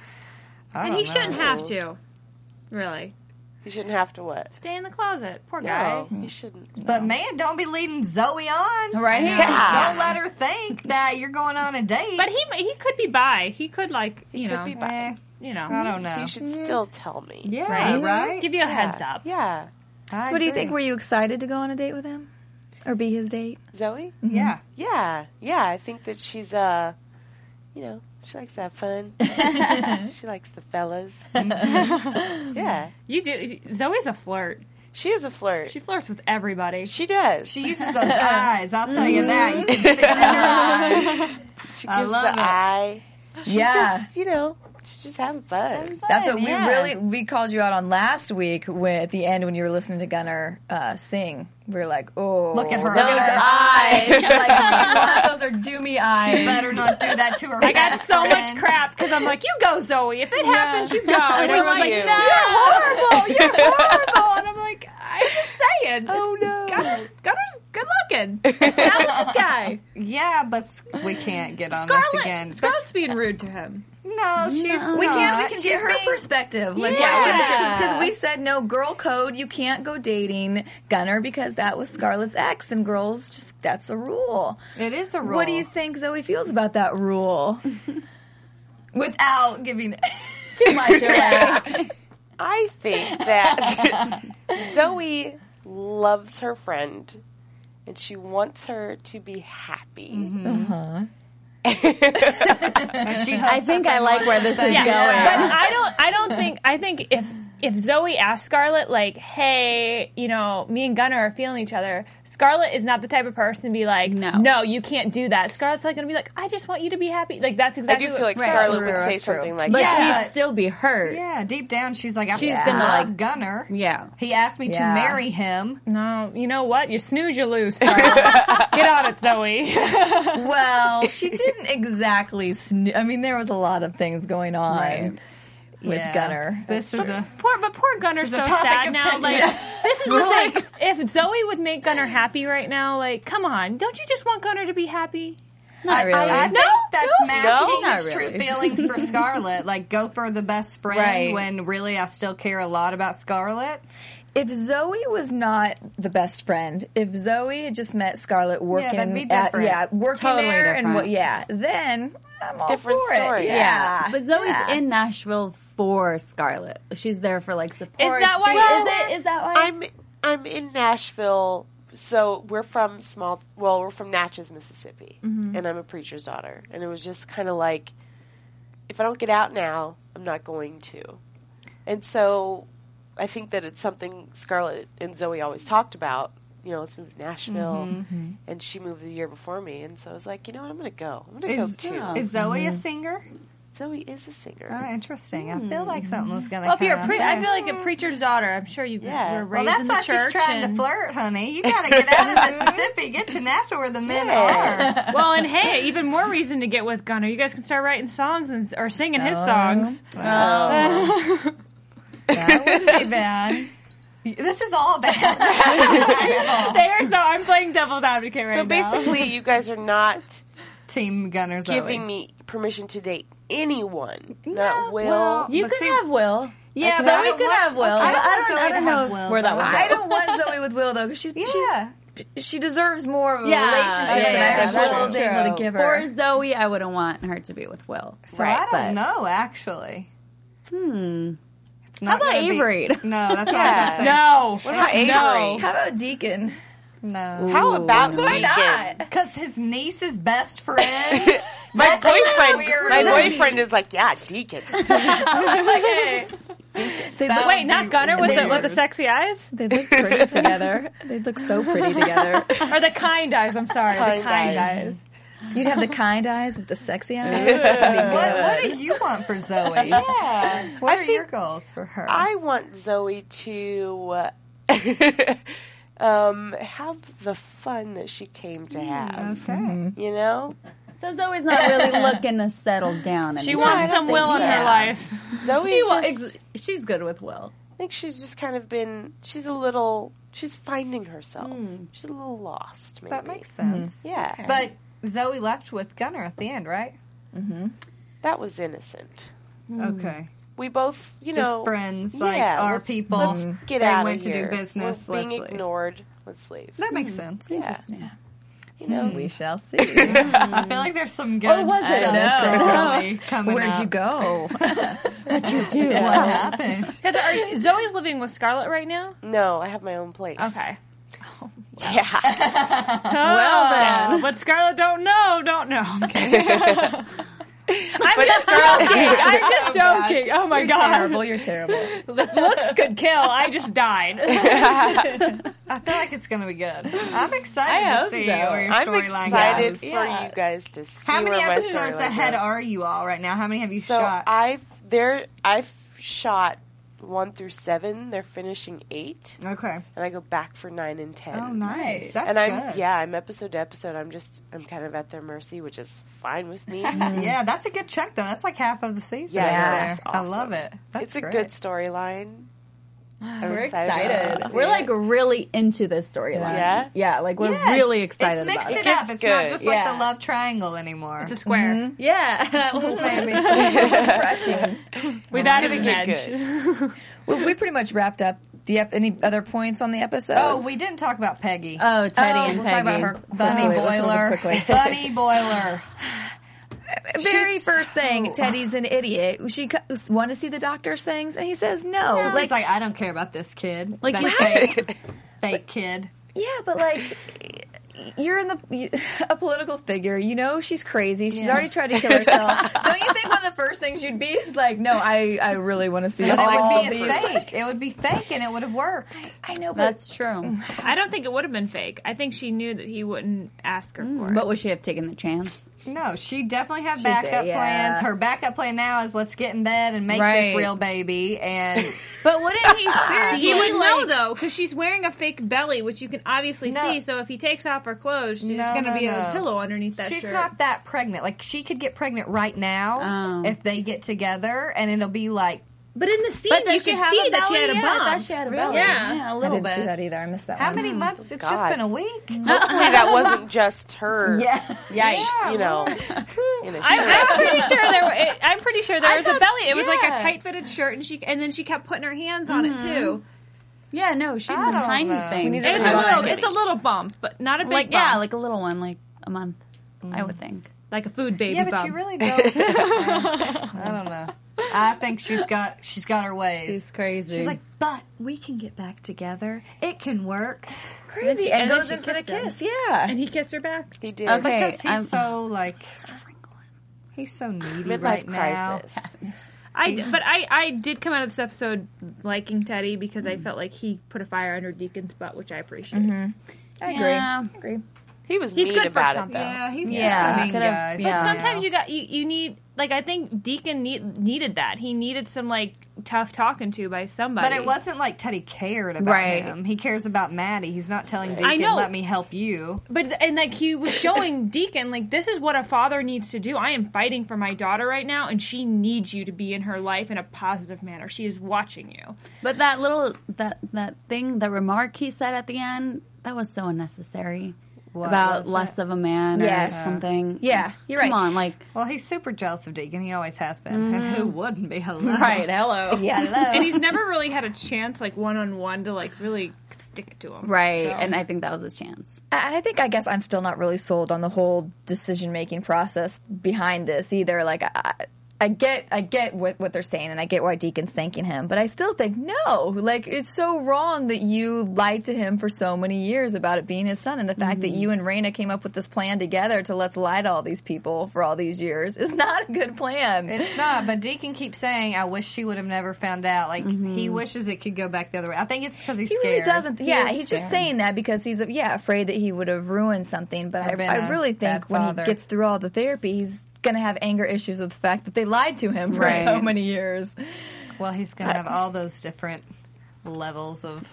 [SPEAKER 9] don't
[SPEAKER 7] he shouldn't
[SPEAKER 9] know.
[SPEAKER 7] have to. Really,
[SPEAKER 8] You shouldn't have to what?
[SPEAKER 7] stay in the closet. Poor
[SPEAKER 8] No,
[SPEAKER 7] guy.
[SPEAKER 8] you shouldn't.
[SPEAKER 9] But man, don't be leading Zoe on,
[SPEAKER 24] Right?
[SPEAKER 8] Yeah.
[SPEAKER 9] Don't let her think that you're going on a date.
[SPEAKER 7] But he he could be bi. He could like you know
[SPEAKER 8] Could be bi.
[SPEAKER 7] you know.
[SPEAKER 9] I don't know.
[SPEAKER 8] You should still tell me.
[SPEAKER 9] yeah,
[SPEAKER 7] Right?
[SPEAKER 9] right.
[SPEAKER 7] Give you a
[SPEAKER 8] Yeah.
[SPEAKER 7] heads up.
[SPEAKER 8] Yeah.
[SPEAKER 23] So
[SPEAKER 9] I
[SPEAKER 23] what do you
[SPEAKER 9] agree.
[SPEAKER 23] think? Were you excited to go on a date with him, or be his date?
[SPEAKER 8] Zoe?
[SPEAKER 9] Yeah.
[SPEAKER 8] Yeah. Yeah. I think that she's, uh, you know, she likes to have fun. she likes the fellas.
[SPEAKER 9] Mm-hmm.
[SPEAKER 8] yeah.
[SPEAKER 7] You do. Zoe's a flirt.
[SPEAKER 8] She is a flirt.
[SPEAKER 7] She flirts with everybody.
[SPEAKER 8] She does.
[SPEAKER 9] She uses those eyes. I'll tell you that. You
[SPEAKER 23] Mm-hmm.
[SPEAKER 9] can see it in her eyes.
[SPEAKER 8] She
[SPEAKER 9] I
[SPEAKER 8] gives
[SPEAKER 9] love
[SPEAKER 8] the
[SPEAKER 9] it.
[SPEAKER 8] eye. She's
[SPEAKER 23] Yeah.
[SPEAKER 8] just, you know, she's just having fun.
[SPEAKER 23] That's what
[SPEAKER 9] yeah.
[SPEAKER 23] we really we called you out on last week when, at the end when you were listening to Gunnar uh, sing. We were like, oh,
[SPEAKER 9] Look at her
[SPEAKER 23] look at her eyes. like she, those are doomy eyes.
[SPEAKER 9] She better not do that to her.
[SPEAKER 7] I got so much crap because I'm like, you go, Zoe. If it happens, you go. And everyone's like,
[SPEAKER 8] you.
[SPEAKER 7] you're horrible. You're horrible. And I'm like, I'm just saying. Oh no, Gunner's, Gunner's good looking. Talented guy.
[SPEAKER 9] Yeah, but s- we can't get on this again.
[SPEAKER 7] Scarlett.
[SPEAKER 9] But
[SPEAKER 7] Scarlett's being rude to him.
[SPEAKER 9] no, she's
[SPEAKER 23] We can
[SPEAKER 9] not.
[SPEAKER 23] we can
[SPEAKER 9] She's
[SPEAKER 23] get her
[SPEAKER 9] being-
[SPEAKER 23] perspective. Like
[SPEAKER 7] Yeah.
[SPEAKER 23] why should this because we said no girl code, you can't go dating Gunner because that was Scarlett's ex and girls just that's a rule.
[SPEAKER 9] It is a rule.
[SPEAKER 23] What do you think Zoe feels about that rule? Without giving too much
[SPEAKER 8] I think that Zoe loves her friend and she wants her to be happy.
[SPEAKER 9] Mm-hmm. And she hopes
[SPEAKER 24] I think
[SPEAKER 9] her
[SPEAKER 24] I like
[SPEAKER 9] friend
[SPEAKER 24] where this is
[SPEAKER 7] Yeah.
[SPEAKER 24] going.
[SPEAKER 7] But I don't. I don't think. I think if if Zoe asked Scarlett, like, "Hey, you know, me and Gunnar are feeling each other," Scarlett is not the type of person to be like,
[SPEAKER 24] No.
[SPEAKER 7] you can't do that." Scarlett's like going to be like, "I just want you to be happy." Like that's
[SPEAKER 8] I
[SPEAKER 7] exactly.
[SPEAKER 8] do
[SPEAKER 7] what-
[SPEAKER 8] feel like
[SPEAKER 23] Right.
[SPEAKER 8] Scarlett
[SPEAKER 23] True,
[SPEAKER 8] would say
[SPEAKER 23] that's true.
[SPEAKER 8] something like
[SPEAKER 24] But
[SPEAKER 8] that.
[SPEAKER 9] Yeah.
[SPEAKER 24] she'd still be hurt.
[SPEAKER 9] Yeah, deep down, she's like, I
[SPEAKER 24] She's
[SPEAKER 9] yeah.
[SPEAKER 24] gonna, like-
[SPEAKER 9] Gunner.
[SPEAKER 24] Yeah.
[SPEAKER 9] He asked me to
[SPEAKER 23] Yeah.
[SPEAKER 9] marry him.
[SPEAKER 7] No, um, you know what? You snooze, you lose. Scarlett. Get on it, Zoe.
[SPEAKER 23] Well, she didn't exactly sno- I mean there was a lot of things going on
[SPEAKER 9] Right.
[SPEAKER 23] with
[SPEAKER 9] Yeah.
[SPEAKER 23] Gunner.
[SPEAKER 9] This was a
[SPEAKER 7] poor, but poor Gunner's
[SPEAKER 9] This
[SPEAKER 7] so
[SPEAKER 9] is a topic
[SPEAKER 7] sad
[SPEAKER 9] of
[SPEAKER 7] now.
[SPEAKER 9] tension.
[SPEAKER 7] Like this is the thing. If Zoe would make Gunner happy right now, like, come on, don't you just want Gunner to be happy?
[SPEAKER 24] Not really.
[SPEAKER 9] I, I
[SPEAKER 7] No,
[SPEAKER 9] think that's
[SPEAKER 7] no,
[SPEAKER 9] masking
[SPEAKER 24] no.
[SPEAKER 9] his
[SPEAKER 24] oh, Not
[SPEAKER 9] true
[SPEAKER 24] really.
[SPEAKER 9] feelings for Scarlett. Like, go for the best friend
[SPEAKER 24] Right.
[SPEAKER 9] when really I still care a lot about Scarlett.
[SPEAKER 23] If Zoe was not the best friend, if Zoe had just met Scarlett working
[SPEAKER 9] that'd be
[SPEAKER 23] at
[SPEAKER 9] different.
[SPEAKER 23] yeah, working
[SPEAKER 24] Totally
[SPEAKER 23] there and what
[SPEAKER 24] different.
[SPEAKER 23] yeah, then I'm all
[SPEAKER 8] Different
[SPEAKER 23] for
[SPEAKER 8] story.
[SPEAKER 23] It. Yeah.
[SPEAKER 8] Yeah.
[SPEAKER 24] But Zoe's
[SPEAKER 23] Yeah.
[SPEAKER 24] in Nashville for Scarlett. She's there for like support.
[SPEAKER 7] that why-
[SPEAKER 24] Is, it, is that why?
[SPEAKER 8] I'm I'm in Nashville, so we're from small. Well, we're from Natchez, Mississippi,
[SPEAKER 7] Mm-hmm.
[SPEAKER 8] and I'm a preacher's daughter. And it was just kind of like, if I don't get out now, I'm not going to. And so, I think that it's something Scarlett and Zoe always talked about. You know, let's move to Nashville,
[SPEAKER 7] Mm-hmm.
[SPEAKER 8] and she moved the year before me, and so I was like, you know what, I'm going to go. I'm going to go
[SPEAKER 9] Is,
[SPEAKER 8] too.
[SPEAKER 9] is Zoe a singer?
[SPEAKER 8] Zoe is a singer.
[SPEAKER 9] Oh, interesting. I feel
[SPEAKER 23] Hmm.
[SPEAKER 9] like something was going to
[SPEAKER 7] Well, if
[SPEAKER 9] come
[SPEAKER 7] you're a pre-
[SPEAKER 9] up
[SPEAKER 7] I
[SPEAKER 9] there.
[SPEAKER 7] feel like a preacher's daughter. I'm sure you
[SPEAKER 8] Yeah.
[SPEAKER 7] were
[SPEAKER 8] Well,
[SPEAKER 7] raised
[SPEAKER 9] Well,
[SPEAKER 7] in
[SPEAKER 9] that's
[SPEAKER 7] the
[SPEAKER 9] why she's
[SPEAKER 7] church.
[SPEAKER 9] trying to
[SPEAKER 7] and-
[SPEAKER 9] flirt, honey. You got to get out of Mississippi, get to Nashville where the men are.
[SPEAKER 7] Well, and hey, even more reason to get with Gunner. You guys can start writing songs and or singing his
[SPEAKER 9] Oh.
[SPEAKER 7] songs.
[SPEAKER 9] bad. This is all bad.
[SPEAKER 7] There, so I'm playing devil's advocate right
[SPEAKER 8] So
[SPEAKER 7] now.
[SPEAKER 8] basically, you guys are not
[SPEAKER 9] Team Gunners
[SPEAKER 8] giving me permission to date anyone. Not Will.
[SPEAKER 9] well,
[SPEAKER 24] you
[SPEAKER 9] but
[SPEAKER 24] could
[SPEAKER 9] see-
[SPEAKER 24] have Will.
[SPEAKER 11] Yeah,
[SPEAKER 9] I
[SPEAKER 11] but we
[SPEAKER 9] don't
[SPEAKER 11] could
[SPEAKER 9] want-
[SPEAKER 11] have Will. But
[SPEAKER 9] I don't,
[SPEAKER 11] I don't- I
[SPEAKER 9] want Zoe
[SPEAKER 11] don't
[SPEAKER 9] to
[SPEAKER 11] know
[SPEAKER 9] have Will,
[SPEAKER 11] where that
[SPEAKER 9] though.
[SPEAKER 11] would go.
[SPEAKER 9] I don't want Zoe with Will though because she's she's she deserves more of a
[SPEAKER 11] Yeah.
[SPEAKER 9] relationship
[SPEAKER 11] Yeah,
[SPEAKER 9] than
[SPEAKER 11] yeah,
[SPEAKER 9] I
[SPEAKER 11] yeah,
[SPEAKER 9] was
[SPEAKER 11] that's
[SPEAKER 9] willing to
[SPEAKER 11] true.
[SPEAKER 9] able to give her.
[SPEAKER 11] Or Zoe, I wouldn't want her to be with Will.
[SPEAKER 7] So
[SPEAKER 11] right?
[SPEAKER 7] I don't know, actually.
[SPEAKER 11] Hmm.
[SPEAKER 7] It's
[SPEAKER 11] How about
[SPEAKER 7] gonna be-
[SPEAKER 11] Avery?
[SPEAKER 7] No, that's what I was gonna say.
[SPEAKER 11] No.
[SPEAKER 7] What about Avery?
[SPEAKER 9] How about Deacon?
[SPEAKER 7] No.
[SPEAKER 8] How about
[SPEAKER 7] Why
[SPEAKER 8] Deacon?
[SPEAKER 7] not? Because his niece is best friend.
[SPEAKER 8] My
[SPEAKER 7] That's a little
[SPEAKER 8] boyfriend,
[SPEAKER 7] weird.
[SPEAKER 8] my boyfriend is like, yeah, Deacon.
[SPEAKER 9] look-
[SPEAKER 22] Wait, not Gunner with
[SPEAKER 9] they
[SPEAKER 22] the, with the sexy eyes?
[SPEAKER 9] They look pretty together. They look so pretty together.
[SPEAKER 22] or the kind eyes, I'm sorry. the
[SPEAKER 9] Kind
[SPEAKER 22] kind eyes.
[SPEAKER 9] eyes. You'd have the kind eyes with the sexy eyes.
[SPEAKER 7] what, what do you want for Zoe?
[SPEAKER 8] Yeah.
[SPEAKER 7] What
[SPEAKER 8] I
[SPEAKER 7] are your
[SPEAKER 8] think-
[SPEAKER 7] goals for her?
[SPEAKER 8] I want Zoe to uh, um, have the fun that she came
[SPEAKER 7] Mm,
[SPEAKER 8] to have.
[SPEAKER 11] okay.
[SPEAKER 8] You know?
[SPEAKER 11] So Zoe's not really looking to settle down.
[SPEAKER 8] She
[SPEAKER 11] anytime
[SPEAKER 8] wants some
[SPEAKER 11] soon.
[SPEAKER 8] Will in her life. Zoe's
[SPEAKER 11] she wa-
[SPEAKER 8] just-
[SPEAKER 11] ex- she's good with Will.
[SPEAKER 8] I think she's just kind of been, she's a little, she's finding herself. She's a little lost, maybe.
[SPEAKER 7] Mm. That makes sense.
[SPEAKER 8] Yeah.
[SPEAKER 7] But Zoe left with Gunnar at the end, right?
[SPEAKER 8] mm-hmm. that was innocent.
[SPEAKER 7] Okay.
[SPEAKER 8] We both, you
[SPEAKER 7] Just
[SPEAKER 8] know.
[SPEAKER 7] friends, like,
[SPEAKER 8] yeah,
[SPEAKER 7] our
[SPEAKER 8] let's-
[SPEAKER 7] people.
[SPEAKER 8] Let's
[SPEAKER 7] Mm.
[SPEAKER 8] get
[SPEAKER 7] They
[SPEAKER 8] out
[SPEAKER 7] went
[SPEAKER 8] of
[SPEAKER 7] to do
[SPEAKER 8] here.
[SPEAKER 7] business,
[SPEAKER 8] We're being
[SPEAKER 7] let's leave.
[SPEAKER 8] ignored. Let's leave.
[SPEAKER 7] That makes sense.
[SPEAKER 8] Yeah. You
[SPEAKER 9] know,
[SPEAKER 8] know,
[SPEAKER 9] Mm. we shall see.
[SPEAKER 7] I feel like there's some good
[SPEAKER 9] Or was it?
[SPEAKER 7] stuff
[SPEAKER 9] I
[SPEAKER 7] for
[SPEAKER 9] know.
[SPEAKER 7] Zoe coming
[SPEAKER 9] Where'd
[SPEAKER 7] up.
[SPEAKER 9] you go?
[SPEAKER 11] What you do?
[SPEAKER 7] What happened?
[SPEAKER 22] Heather, are you, Zoe's living with Scarlett right now?
[SPEAKER 8] No, I have my own place.
[SPEAKER 22] Okay.
[SPEAKER 8] Yeah.
[SPEAKER 22] well then, what Scarlett don't know, don't know. I'm kidding. I'm just joking. I'm just joking. Oh my
[SPEAKER 9] You're
[SPEAKER 22] god,
[SPEAKER 9] terrible. You're terrible.
[SPEAKER 22] Looks could kill. I just died.
[SPEAKER 7] I feel like it's going to be good. I'm excited
[SPEAKER 22] I
[SPEAKER 7] to
[SPEAKER 22] hope
[SPEAKER 7] see
[SPEAKER 22] so.
[SPEAKER 7] where your
[SPEAKER 8] I'm
[SPEAKER 7] storyline
[SPEAKER 8] excited
[SPEAKER 7] goes.
[SPEAKER 8] for you guys to see
[SPEAKER 7] How many
[SPEAKER 8] where my
[SPEAKER 7] episodes
[SPEAKER 8] storyline
[SPEAKER 7] ahead
[SPEAKER 8] goes.
[SPEAKER 7] are you all right now? How many have you
[SPEAKER 8] So
[SPEAKER 7] shot?
[SPEAKER 8] I've there I've shot one through seven. They're finishing eight.
[SPEAKER 7] Okay.
[SPEAKER 8] And I go back for nine and ten.
[SPEAKER 7] Oh, nice. That's
[SPEAKER 8] and I'm
[SPEAKER 7] good.
[SPEAKER 8] yeah, I'm episode to episode. I'm just I'm kind of at their mercy, which is fine with me.
[SPEAKER 7] yeah, that's a good chunk though. That's like half of the season.
[SPEAKER 8] Yeah,
[SPEAKER 7] right
[SPEAKER 8] yeah,
[SPEAKER 7] there.
[SPEAKER 8] that's
[SPEAKER 7] I love it. That's
[SPEAKER 8] it's a
[SPEAKER 7] great.
[SPEAKER 8] good storyline.
[SPEAKER 22] Ah,
[SPEAKER 8] I'm
[SPEAKER 11] We're
[SPEAKER 8] excited.
[SPEAKER 11] excited.
[SPEAKER 8] Yeah.
[SPEAKER 11] We're like really into this storyline.
[SPEAKER 8] Yeah?
[SPEAKER 11] yeah, like we're
[SPEAKER 7] Yeah,
[SPEAKER 11] really
[SPEAKER 7] it's-
[SPEAKER 11] excited.
[SPEAKER 7] It's mixed
[SPEAKER 11] about
[SPEAKER 7] it, up. It's not
[SPEAKER 8] good.
[SPEAKER 7] just
[SPEAKER 11] Yeah.
[SPEAKER 7] like the love triangle anymore. Mm-hmm. It's
[SPEAKER 22] a square.
[SPEAKER 11] Yeah,
[SPEAKER 9] Refreshing.
[SPEAKER 22] With added
[SPEAKER 9] gonna
[SPEAKER 22] an
[SPEAKER 9] get
[SPEAKER 22] edge.
[SPEAKER 9] Well, we pretty much wrapped up the ep- any other points on the episode.
[SPEAKER 7] Oh, we didn't talk about Peggy.
[SPEAKER 11] Oh, Teddy and
[SPEAKER 7] we'll talk about
[SPEAKER 11] Peggy.
[SPEAKER 7] her bunny
[SPEAKER 9] Quickly, let's look
[SPEAKER 7] boiler.
[SPEAKER 9] quickly.
[SPEAKER 7] bunny boiler.
[SPEAKER 9] very first
[SPEAKER 7] Oh.
[SPEAKER 9] thing, Teddy's an idiot. She co- want to see the doctor's things, and he says no.
[SPEAKER 7] It's
[SPEAKER 9] Like,
[SPEAKER 7] like, I don't care about this kid.
[SPEAKER 9] Like,
[SPEAKER 7] That
[SPEAKER 9] you-
[SPEAKER 7] fake, fake kid.
[SPEAKER 9] yeah, but like. You're in the you- a political figure. You know she's crazy. She's already tried to kill herself. Don't you think one of the first things you'd be is like, no, I, I really want to see
[SPEAKER 7] But
[SPEAKER 9] all
[SPEAKER 7] it would be
[SPEAKER 9] these.
[SPEAKER 7] a fake. It would be fake, and it would have worked.
[SPEAKER 9] I know,
[SPEAKER 11] That's true.
[SPEAKER 22] I don't think it would have been fake. I think she knew that he wouldn't ask her for it.
[SPEAKER 11] But would she have taken the chance?
[SPEAKER 7] No, she definitely had
[SPEAKER 11] She did,
[SPEAKER 7] backup
[SPEAKER 11] yeah.
[SPEAKER 7] plans. Her backup plan now is let's get in bed and make
[SPEAKER 11] Right.
[SPEAKER 7] this real baby. And
[SPEAKER 22] But wouldn't he
[SPEAKER 7] seriously,
[SPEAKER 22] He would
[SPEAKER 7] like-
[SPEAKER 22] know though, because she's wearing a fake belly, which you can obviously
[SPEAKER 7] No.
[SPEAKER 22] see. So if he takes off her clothes, she's
[SPEAKER 7] No,
[SPEAKER 22] going to
[SPEAKER 7] no,
[SPEAKER 22] be
[SPEAKER 7] no.
[SPEAKER 22] a pillow underneath that
[SPEAKER 7] she's
[SPEAKER 22] shirt.
[SPEAKER 7] not that pregnant. Like she could get pregnant right now
[SPEAKER 22] Oh.
[SPEAKER 7] if they get together, and it'll be like
[SPEAKER 22] but in the scene,
[SPEAKER 11] But does
[SPEAKER 22] you
[SPEAKER 11] she
[SPEAKER 22] can
[SPEAKER 11] have
[SPEAKER 22] see
[SPEAKER 11] a
[SPEAKER 22] that Oh, she
[SPEAKER 11] belly?
[SPEAKER 22] had a
[SPEAKER 11] Yeah,
[SPEAKER 22] bum.
[SPEAKER 11] I thought she had a belly.
[SPEAKER 22] Yeah,
[SPEAKER 11] Yeah, a
[SPEAKER 9] I
[SPEAKER 11] little
[SPEAKER 9] didn't see
[SPEAKER 11] bit.
[SPEAKER 9] that either. I missed that
[SPEAKER 7] how
[SPEAKER 9] one.
[SPEAKER 7] many months? It's just
[SPEAKER 8] God.
[SPEAKER 7] been a week.
[SPEAKER 8] Hopefully that wasn't just her.
[SPEAKER 7] Yeah.
[SPEAKER 11] Yikes.
[SPEAKER 8] You know. in a
[SPEAKER 22] I'm,
[SPEAKER 8] shirt.
[SPEAKER 22] I'm pretty sure there. Were, I'm pretty sure there
[SPEAKER 11] I
[SPEAKER 22] was a
[SPEAKER 11] thought-
[SPEAKER 22] belly. It was like
[SPEAKER 11] yeah. Mm-hmm.
[SPEAKER 22] a tight fitted shirt, and she and then she kept putting her hands on it too.
[SPEAKER 11] Yeah, no, she's
[SPEAKER 7] I
[SPEAKER 11] the
[SPEAKER 7] don't
[SPEAKER 11] tiny
[SPEAKER 7] know.
[SPEAKER 11] thing.
[SPEAKER 7] We need
[SPEAKER 22] It's a little, it's a little bump, but not a big
[SPEAKER 11] like
[SPEAKER 22] bump.
[SPEAKER 11] yeah, like a little one, like a month, I would think.
[SPEAKER 22] like a food baby.
[SPEAKER 7] yeah, but
[SPEAKER 22] bump.
[SPEAKER 7] you really don't. I don't know. I think she's got she's got her ways.
[SPEAKER 11] She's crazy.
[SPEAKER 7] She's like, but we can get back together. It can work.
[SPEAKER 9] Crazy.
[SPEAKER 22] she-
[SPEAKER 9] and,
[SPEAKER 22] and then
[SPEAKER 9] goes
[SPEAKER 22] she
[SPEAKER 9] in for the
[SPEAKER 22] kissed him.
[SPEAKER 9] kiss. Yeah.
[SPEAKER 22] and he kissed her back.
[SPEAKER 8] He did.
[SPEAKER 11] Okay.
[SPEAKER 7] because he's
[SPEAKER 11] I'm-
[SPEAKER 7] so Oh, like he's so needy
[SPEAKER 8] Midlife
[SPEAKER 7] right now.
[SPEAKER 8] crisis.
[SPEAKER 22] I d- but I I did come out of this episode liking Teddy because I felt like he put a fire under Deacon's butt, which I appreciate.
[SPEAKER 9] I agree.
[SPEAKER 11] Yeah.
[SPEAKER 9] I agree.
[SPEAKER 8] He was
[SPEAKER 22] He's
[SPEAKER 8] mean
[SPEAKER 22] good for
[SPEAKER 8] about it
[SPEAKER 22] something.
[SPEAKER 8] though.
[SPEAKER 7] Yeah, he's
[SPEAKER 11] Yeah,
[SPEAKER 7] just a mean
[SPEAKER 11] could've-
[SPEAKER 7] guy.
[SPEAKER 11] but
[SPEAKER 22] But
[SPEAKER 11] Yeah.
[SPEAKER 22] sometimes you got you, you need like I think Deacon need, needed that. He needed some like tough talking to by somebody.
[SPEAKER 7] But it wasn't like Teddy cared about
[SPEAKER 11] Right.
[SPEAKER 7] him. He cares about Maddie. He's not telling Deacon,
[SPEAKER 22] I know.
[SPEAKER 7] let me help you.
[SPEAKER 22] But th- and like he was showing Deacon like this is what a father needs to do. I am fighting for my daughter right now, and she needs you to be in her life in a positive manner. She is watching you.
[SPEAKER 11] But that little that that thing, the remark he said at the end, that was so unnecessary.
[SPEAKER 7] What
[SPEAKER 11] about
[SPEAKER 7] was
[SPEAKER 11] less
[SPEAKER 7] it?
[SPEAKER 11] of a man
[SPEAKER 7] Yes.
[SPEAKER 11] or something.
[SPEAKER 7] Yeah, you're
[SPEAKER 11] Come
[SPEAKER 7] right.
[SPEAKER 11] on, like
[SPEAKER 7] Well, he's super jealous of Deacon. He always has been. And who wouldn't be? Hello.
[SPEAKER 11] Right, hello.
[SPEAKER 7] Yeah, hello.
[SPEAKER 22] And he's never really had a chance, like one on one, to like really stick it to him.
[SPEAKER 11] Right, and I think that was his chance.
[SPEAKER 9] I I think I guess I'm still not really sold on the whole decision making process behind this either. Like I- I, I get I get what what they're saying and I get why Deacon's thanking him, but I still think no. Like it's so wrong that you lied to him for so many years about it being his son, and the fact that you and Raina came up with this plan together to let's lie to all these people for all these years is not a good plan.
[SPEAKER 7] It's not, but Deacon keeps saying, "I wish she would have never found out." Like
[SPEAKER 11] Mm-hmm.
[SPEAKER 7] he wishes it could go back the other way. I think it's because he's
[SPEAKER 9] He
[SPEAKER 7] scared.
[SPEAKER 9] really doesn't.
[SPEAKER 7] He
[SPEAKER 9] yeah,
[SPEAKER 7] is
[SPEAKER 9] he's just
[SPEAKER 7] scared.
[SPEAKER 9] saying that because he's yeah afraid that he would have ruined something. But I,
[SPEAKER 7] Or been
[SPEAKER 9] I
[SPEAKER 7] a
[SPEAKER 9] really think
[SPEAKER 7] bad
[SPEAKER 9] when he
[SPEAKER 7] father.
[SPEAKER 9] gets through all the therapy, he's gonna have anger issues with the fact that they lied to him for so
[SPEAKER 7] Right.
[SPEAKER 9] many years.
[SPEAKER 7] Well, he's gonna have all those different levels of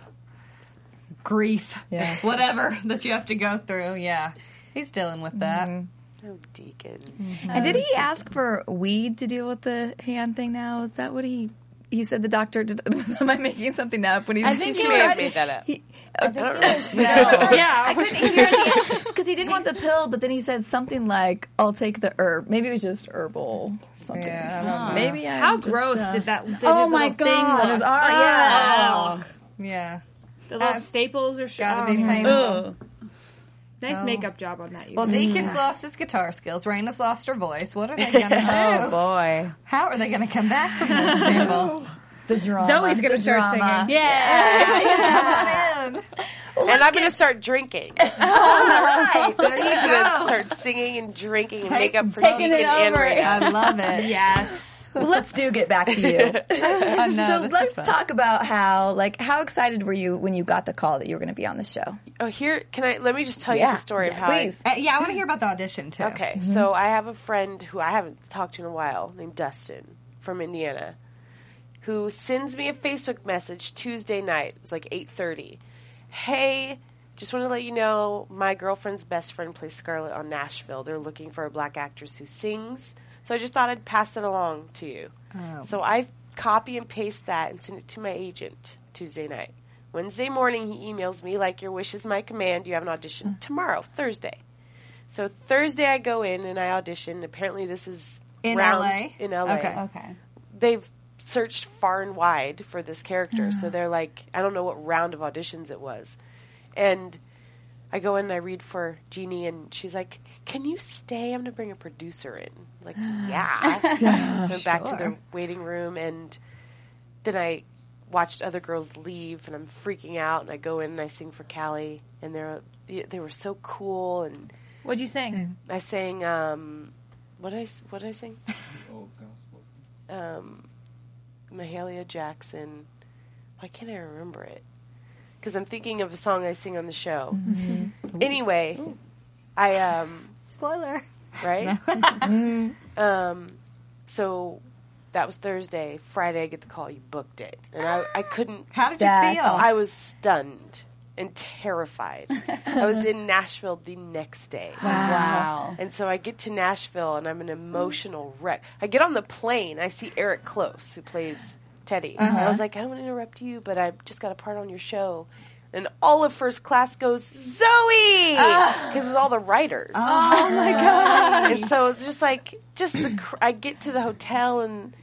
[SPEAKER 7] grief,
[SPEAKER 9] Yeah.
[SPEAKER 7] whatever that you have to go through. Yeah, he's dealing with that.
[SPEAKER 8] Oh, Deacon.
[SPEAKER 9] And did he ask for weed to deal with the hand thing? Now is that what he he said? The doctor did. Am I making something up? When he's
[SPEAKER 8] I think
[SPEAKER 9] she's
[SPEAKER 8] he may have
[SPEAKER 9] trying to-
[SPEAKER 8] made that up.
[SPEAKER 9] he-
[SPEAKER 8] I don't know.
[SPEAKER 9] yeah, I couldn't hear the because he didn't want the pill, but then he said something like, "I'll take the herb." Maybe it was just herbal. Something.
[SPEAKER 7] Yeah, I don't know.
[SPEAKER 9] Maybe I'm
[SPEAKER 22] How
[SPEAKER 9] just,
[SPEAKER 22] gross
[SPEAKER 9] uh,
[SPEAKER 22] did that? Did
[SPEAKER 9] Oh
[SPEAKER 22] his
[SPEAKER 9] my
[SPEAKER 22] little thing
[SPEAKER 9] gosh,
[SPEAKER 22] look?
[SPEAKER 9] his ar- yeah.
[SPEAKER 22] Ugh.
[SPEAKER 7] Yeah,
[SPEAKER 22] The little
[SPEAKER 7] That's
[SPEAKER 22] staples are shot.
[SPEAKER 7] gotta be painful.
[SPEAKER 22] Nice
[SPEAKER 7] Oh.
[SPEAKER 22] makeup job on that. you
[SPEAKER 7] Well,
[SPEAKER 22] guys.
[SPEAKER 7] Deacon's lost his guitar skills. Raina's lost her voice. What are they gonna do?
[SPEAKER 11] boy.
[SPEAKER 7] How are they gonna come back from this? People?
[SPEAKER 9] The drama.
[SPEAKER 22] Zoe's gonna
[SPEAKER 9] the
[SPEAKER 22] start
[SPEAKER 9] drama.
[SPEAKER 22] singing.
[SPEAKER 7] Yeah,
[SPEAKER 8] and I'm going to start drinking.
[SPEAKER 7] right, there you
[SPEAKER 8] I'm going to
[SPEAKER 7] go.
[SPEAKER 8] start singing and drinking and
[SPEAKER 7] Take-
[SPEAKER 8] make up for
[SPEAKER 7] taking
[SPEAKER 8] Deacon
[SPEAKER 7] it
[SPEAKER 8] and
[SPEAKER 7] over.
[SPEAKER 8] Ray.
[SPEAKER 7] I love it.
[SPEAKER 22] Yes.
[SPEAKER 9] Well, let's do get back to you.
[SPEAKER 7] I know, this
[SPEAKER 9] so
[SPEAKER 7] is
[SPEAKER 9] let's
[SPEAKER 7] fun.
[SPEAKER 9] talk about how, like, how excited were you when you got the call that you were going to be on the show?
[SPEAKER 8] Oh, here, can I, let me just tell
[SPEAKER 9] Yeah.
[SPEAKER 8] you the story of
[SPEAKER 9] Yeah,
[SPEAKER 8] how
[SPEAKER 9] please.
[SPEAKER 8] I,
[SPEAKER 7] Uh, yeah, I want to hear about the audition too.
[SPEAKER 8] Okay, so I have a friend who I haven't talked to in a while named Dustin from Indiana, who sends me a Facebook message Tuesday night. It was like eight thirty. Hey, just want to let you know my girlfriend's best friend plays Scarlet on Nashville. They're looking for a black actress who sings. So I just thought I'd pass it along to you.
[SPEAKER 7] Oh.
[SPEAKER 8] So I copy and paste that and send it to my agent Tuesday night. Wednesday morning, he emails me like, "Your wish is my command. You have an
[SPEAKER 7] Mm.
[SPEAKER 8] audition tomorrow, Thursday." So Thursday I go in and I audition. Apparently this is
[SPEAKER 7] In
[SPEAKER 8] round
[SPEAKER 7] LA?
[SPEAKER 8] In LA.
[SPEAKER 7] Okay.
[SPEAKER 11] Okay.
[SPEAKER 8] They've searched far and wide for this character. so they're like I don't know what round of auditions it was. And I go in and I read for Jeannie and she's like, Can you stay? I'm gonna bring a producer in. I'm like, yeah. Went back to the
[SPEAKER 7] Sure.
[SPEAKER 8] waiting room and then I watched other girls leave and I'm freaking out and I go in and I sing for Callie and they're they were so cool and
[SPEAKER 22] What'd you sing?
[SPEAKER 8] I sang. Um, what did I s- what did I sing? Um, Mahalia Jackson. Why can't I remember it? Because I'm thinking of a song I sing on the show. Anyway, I um
[SPEAKER 7] Spoiler.
[SPEAKER 8] right. um, so that was Thursday. Friday, I get the call. You booked it, and I I couldn't.
[SPEAKER 7] How did you
[SPEAKER 9] That's
[SPEAKER 7] feel?
[SPEAKER 8] I was stunned and terrified. I was in Nashville the next day.
[SPEAKER 11] Wow.
[SPEAKER 8] And so I get to Nashville and I'm an emotional wreck. I get on the plane. I see Eric Close, who plays Teddy. I
[SPEAKER 7] Uh-huh.
[SPEAKER 8] was like, I don't want to interrupt you, but I just got a part on your show. And all of first class goes, Zoe! Because it was all the writers.
[SPEAKER 7] Ah. Oh my god.
[SPEAKER 8] And so it's just like, just the cr- I get to the hotel and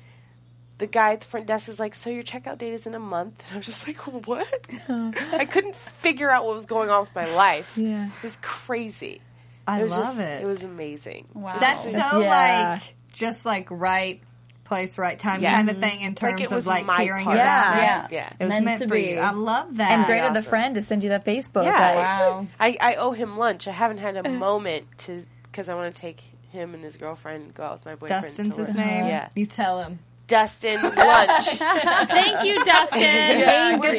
[SPEAKER 8] the guy at the front desk is like, "So your checkout date is in a month," and I'm just like, "What?" I couldn't figure out what was going on with my life.
[SPEAKER 9] Yeah.
[SPEAKER 8] it was crazy.
[SPEAKER 7] I
[SPEAKER 8] it was
[SPEAKER 7] love
[SPEAKER 8] just-
[SPEAKER 7] it.
[SPEAKER 8] It was amazing.
[SPEAKER 11] Wow.
[SPEAKER 7] That's so
[SPEAKER 9] Yeah.
[SPEAKER 7] like just like right place, right time
[SPEAKER 8] Yeah.
[SPEAKER 7] kind of thing in
[SPEAKER 8] It's like
[SPEAKER 7] terms
[SPEAKER 8] it was
[SPEAKER 7] of like
[SPEAKER 8] my
[SPEAKER 7] hearing
[SPEAKER 8] part.
[SPEAKER 7] about
[SPEAKER 9] Yeah.
[SPEAKER 7] it.
[SPEAKER 8] Yeah.
[SPEAKER 7] It was
[SPEAKER 11] Meant
[SPEAKER 7] meant,
[SPEAKER 11] to
[SPEAKER 7] for
[SPEAKER 11] be.
[SPEAKER 7] you. I love that.
[SPEAKER 9] And greater the
[SPEAKER 8] awesome.
[SPEAKER 9] friend to send you that Facebook.
[SPEAKER 8] Yeah.
[SPEAKER 9] like,
[SPEAKER 11] Wow.
[SPEAKER 8] I, I owe him lunch. I haven't had a moment to because I want to take him and his girlfriend and go out with my boyfriend.
[SPEAKER 7] Dustin's
[SPEAKER 8] to
[SPEAKER 7] his
[SPEAKER 8] lunch.
[SPEAKER 7] name.
[SPEAKER 8] Yeah,
[SPEAKER 7] You tell him.
[SPEAKER 8] Dustin lunch.
[SPEAKER 22] Thank you, Dustin.
[SPEAKER 9] Good job,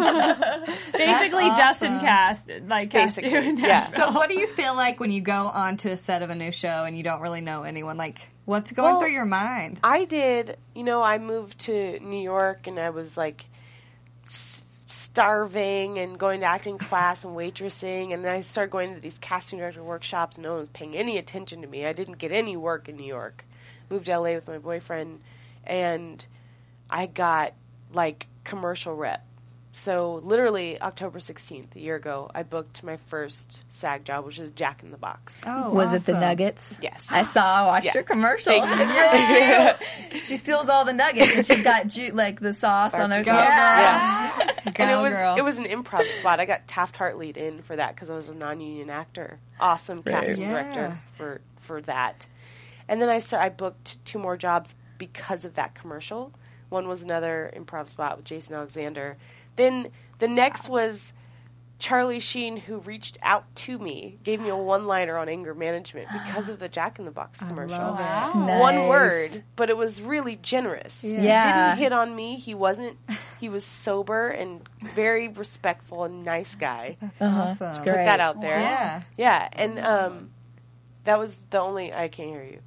[SPEAKER 9] Dustin.
[SPEAKER 22] Basically,
[SPEAKER 7] That's
[SPEAKER 22] Dustin
[SPEAKER 7] awesome.
[SPEAKER 22] cast like cast you
[SPEAKER 8] Basically,
[SPEAKER 22] in
[SPEAKER 8] yeah.
[SPEAKER 22] that.
[SPEAKER 7] So what do you feel like when you go onto a set of a new show and you don't really know anyone? Like what's going
[SPEAKER 8] Well,
[SPEAKER 7] through your mind?
[SPEAKER 8] I did. You know, I moved to New York and I was like s- starving and going to acting class and waitressing and then I started going to these casting director workshops and no one was paying any attention to me. I didn't get any work in New York. Moved to LA with my boyfriend and I got like commercial rep So literally October 16th, a year ago, I booked my first SAG job, which was Jack in the Box.
[SPEAKER 7] Oh,
[SPEAKER 9] Was it the Nuggets?
[SPEAKER 8] Yes.
[SPEAKER 9] I saw. I watched
[SPEAKER 8] Yeah.
[SPEAKER 9] her commercial.
[SPEAKER 8] Thank you.
[SPEAKER 9] It's really cute. she steals all the nuggets and she's got ju- like the sauce on there.
[SPEAKER 8] Girl,
[SPEAKER 9] Yeah.
[SPEAKER 8] and it
[SPEAKER 9] Go,
[SPEAKER 8] was
[SPEAKER 9] girl.
[SPEAKER 8] it was an improv spot. I got Taft Hartley in for that because I was a non-union actor. Awesome
[SPEAKER 9] Right.
[SPEAKER 8] casting
[SPEAKER 9] Yeah.
[SPEAKER 8] director for for that. And then I start, I booked two more jobs because of that commercial. One was another improv spot with Jason Alexander. Then the next was Charlie Sheen, who reached out to me, gave me a one-liner on anger management because of the Jack in the Box commercial.
[SPEAKER 9] it. Wow.
[SPEAKER 8] One
[SPEAKER 9] Nice.
[SPEAKER 8] word, but it was really generous.
[SPEAKER 9] Yeah.
[SPEAKER 8] He
[SPEAKER 9] Yeah.
[SPEAKER 8] didn't hit on me. He wasn't. He was sober and very respectful and nice guy. That's
[SPEAKER 9] Uh-huh. awesome. It's
[SPEAKER 8] Put
[SPEAKER 9] great.
[SPEAKER 8] that out there.
[SPEAKER 9] Wow. Yeah.
[SPEAKER 8] yeah. And um, that was the only. I can't hear you.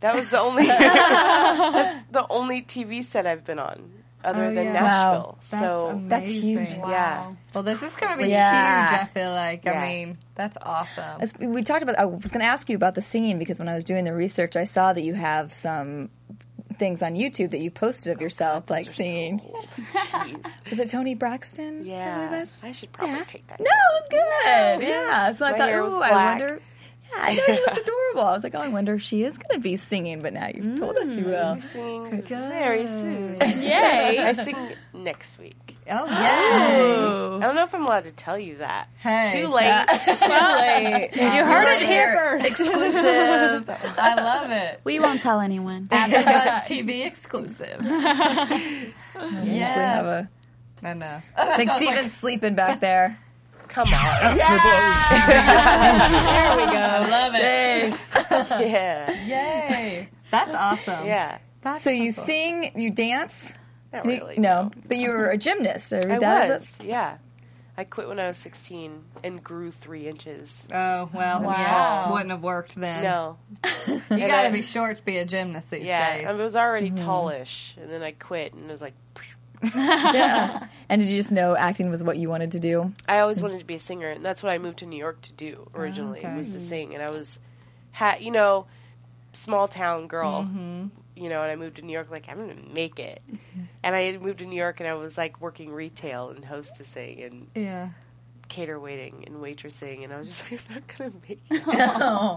[SPEAKER 8] That was the only. that's the only TV set I've been on other
[SPEAKER 7] Oh,
[SPEAKER 8] than
[SPEAKER 7] yeah.
[SPEAKER 8] Nashville.
[SPEAKER 7] That's
[SPEAKER 8] so
[SPEAKER 7] amazing. That's huge.
[SPEAKER 8] Yeah.
[SPEAKER 7] Well, this is going to be
[SPEAKER 9] Yeah.
[SPEAKER 7] huge, I feel like.
[SPEAKER 9] Yeah.
[SPEAKER 7] I mean, that's awesome.
[SPEAKER 9] As- We talked about. I was going to ask you about the singing because when I was doing the research, I saw that you have some things on YouTube that you
[SPEAKER 8] Oh,
[SPEAKER 9] posted of yourself, like singing. Is it Tony Braxton?
[SPEAKER 8] Yeah. I should probably take that.
[SPEAKER 9] No, it was good.
[SPEAKER 8] Yeah.
[SPEAKER 9] Yeah. So I
[SPEAKER 8] My
[SPEAKER 9] thought,
[SPEAKER 8] hair was
[SPEAKER 9] ooh, I
[SPEAKER 8] black."
[SPEAKER 9] wonder. Yeah, I know you looked adorable. I was like, oh, I wonder if she is going to be singing, but now you've told us you will.
[SPEAKER 8] Mm. Sing very soon.
[SPEAKER 9] Yay.
[SPEAKER 8] I sing next week.
[SPEAKER 7] Oh,
[SPEAKER 8] yay. I don't know if I'm allowed to tell you that.
[SPEAKER 7] Hey.
[SPEAKER 8] Too late.
[SPEAKER 11] late. You heard it here first.
[SPEAKER 9] Exclusive.
[SPEAKER 7] I love it.
[SPEAKER 11] We won't tell anyone.
[SPEAKER 7] AfterBuzz TV exclusive.
[SPEAKER 9] I
[SPEAKER 7] Yes.
[SPEAKER 9] usually have a.
[SPEAKER 7] I know.
[SPEAKER 9] I think
[SPEAKER 7] Sounds
[SPEAKER 9] Steven's sleeping back there.
[SPEAKER 8] Come on.
[SPEAKER 7] there we go.
[SPEAKER 9] I
[SPEAKER 7] love it.
[SPEAKER 9] Thanks.
[SPEAKER 8] yeah.
[SPEAKER 7] Yay. That's awesome.
[SPEAKER 8] Yeah.
[SPEAKER 9] so you sing, you dance?
[SPEAKER 8] Not
[SPEAKER 9] You-
[SPEAKER 8] really,
[SPEAKER 9] No. But you were a gymnast. I
[SPEAKER 8] I
[SPEAKER 9] read that.
[SPEAKER 8] was. Yeah. I quit when I was 16 and grew three inches.
[SPEAKER 7] Oh, well,
[SPEAKER 8] Wow.
[SPEAKER 7] yeah. Wouldn't have worked then.
[SPEAKER 8] No.
[SPEAKER 7] You
[SPEAKER 8] And
[SPEAKER 7] got
[SPEAKER 8] I-
[SPEAKER 7] to be short to be a gymnast these
[SPEAKER 8] Yeah.
[SPEAKER 7] days.
[SPEAKER 8] I was already tallish, and then I quit, and it was like,
[SPEAKER 9] yeah. And did you just know acting was what you wanted to do?
[SPEAKER 8] I always wanted to be a singer, and that's what I moved to New York to do originally was to
[SPEAKER 9] okay.
[SPEAKER 8] sing. And I was, ha- you know, small town girl,
[SPEAKER 7] Mhm.
[SPEAKER 8] you know. And I moved to New York like I'm gonna make it. And I had moved to New York, and I was like working retail and hostessing and
[SPEAKER 7] Yeah.
[SPEAKER 8] cater waiting and waitressing, and I was just like I'm not gonna make
[SPEAKER 7] Oh.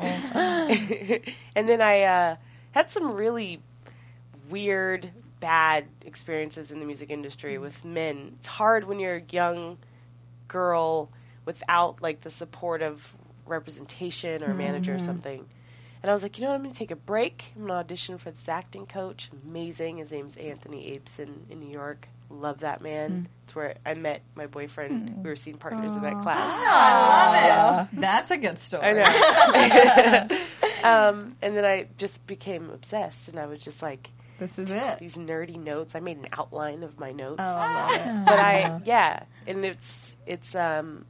[SPEAKER 8] it. and then I uh, had some really weird, bad experiences in the music industry with men. It's hard when you're a young girl without like the support of representation or a manager or
[SPEAKER 25] Mhm.
[SPEAKER 8] something. And I was like, you know what, I'm going to take a break. I'm going to audition for this acting coach. Amazing. His name's Anthony Apeson in New York. Love that man. It's where I met my boyfriend. We were scene partners in that class.
[SPEAKER 7] I
[SPEAKER 8] Yeah.
[SPEAKER 7] love it. That's a good story.
[SPEAKER 8] I know. um, and then I just became obsessed, and I was just like,
[SPEAKER 7] "This is it."
[SPEAKER 8] These nerdy notes. I made an outline of my notes.
[SPEAKER 7] Oh, I love it.
[SPEAKER 8] But I, yeah, and it's it's um,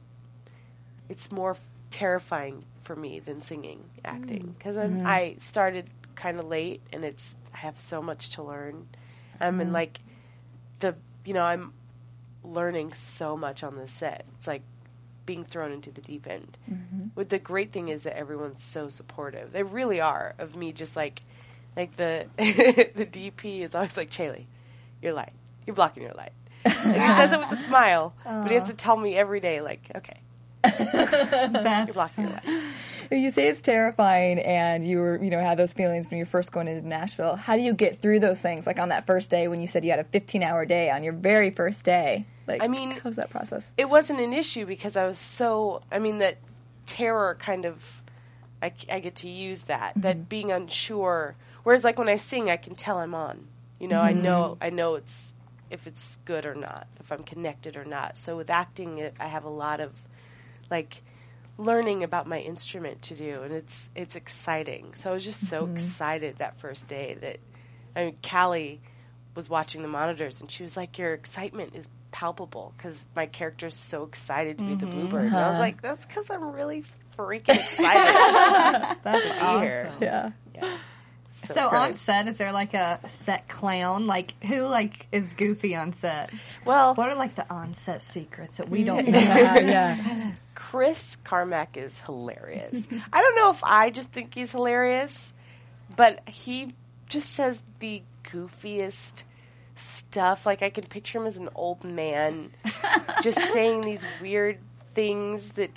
[SPEAKER 8] it's more terrifying for me than singing acting because I'm
[SPEAKER 25] Mhm.
[SPEAKER 8] I started kind of late, and it's I have so much to learn. I'm in
[SPEAKER 25] Mhm.
[SPEAKER 8] like the you know I'm learning so much on this set. It's like being thrown into the deep end. But the great thing is that everyone's so supportive. They really are of me. Just like, like the the DP is always like, Chaley, your light, you're blocking your light. And he says it with a smile, but he has
[SPEAKER 9] Aw.
[SPEAKER 8] to tell me every day, like, okay, you're blocking your light.
[SPEAKER 9] You say it's terrifying, and you were, you know, had those feelings when you're first going into Nashville. How do you get through those things? Like on that first day when you said you had a 15 hour day on your very first day. Like,
[SPEAKER 8] I mean,
[SPEAKER 9] how's that process?
[SPEAKER 8] It wasn't an issue because I was so. I mean, that terror kind of. I, c- I get to use that. That being unsure. Whereas, like when I sing, I can tell I'm on. You know, I know. I know it's if it's good or not, if I'm connected or not. So with acting, it, I have a lot of like learning about my instrument to do, and it's it's exciting. So I was just so
[SPEAKER 7] Mm-hmm.
[SPEAKER 25] Mhm.
[SPEAKER 8] excited that first day that I mean, Callie was watching the monitors, and she was like, "Your excitement is palpable because my character is so excited to be the
[SPEAKER 7] Mm-hmm.
[SPEAKER 25] Mhm.
[SPEAKER 8] bluebird." And I
[SPEAKER 7] Uh-huh.
[SPEAKER 8] was
[SPEAKER 25] Huh.
[SPEAKER 8] like, "That's because I'm really freaking excited
[SPEAKER 7] That's
[SPEAKER 8] to be here."
[SPEAKER 7] awesome.
[SPEAKER 9] Yeah.
[SPEAKER 7] So,
[SPEAKER 8] it's
[SPEAKER 7] on
[SPEAKER 8] great.
[SPEAKER 7] set, is there like a set clown? Like who like is goofy on set?
[SPEAKER 8] Well, Mm.
[SPEAKER 7] what are like the on set secrets that we don't know?
[SPEAKER 8] Yeah, Chris Carmack is hilarious. I don't know if I just think he's hilarious, but he just says the goofiest stuff. Like I can picture him as an old man just saying these weird things that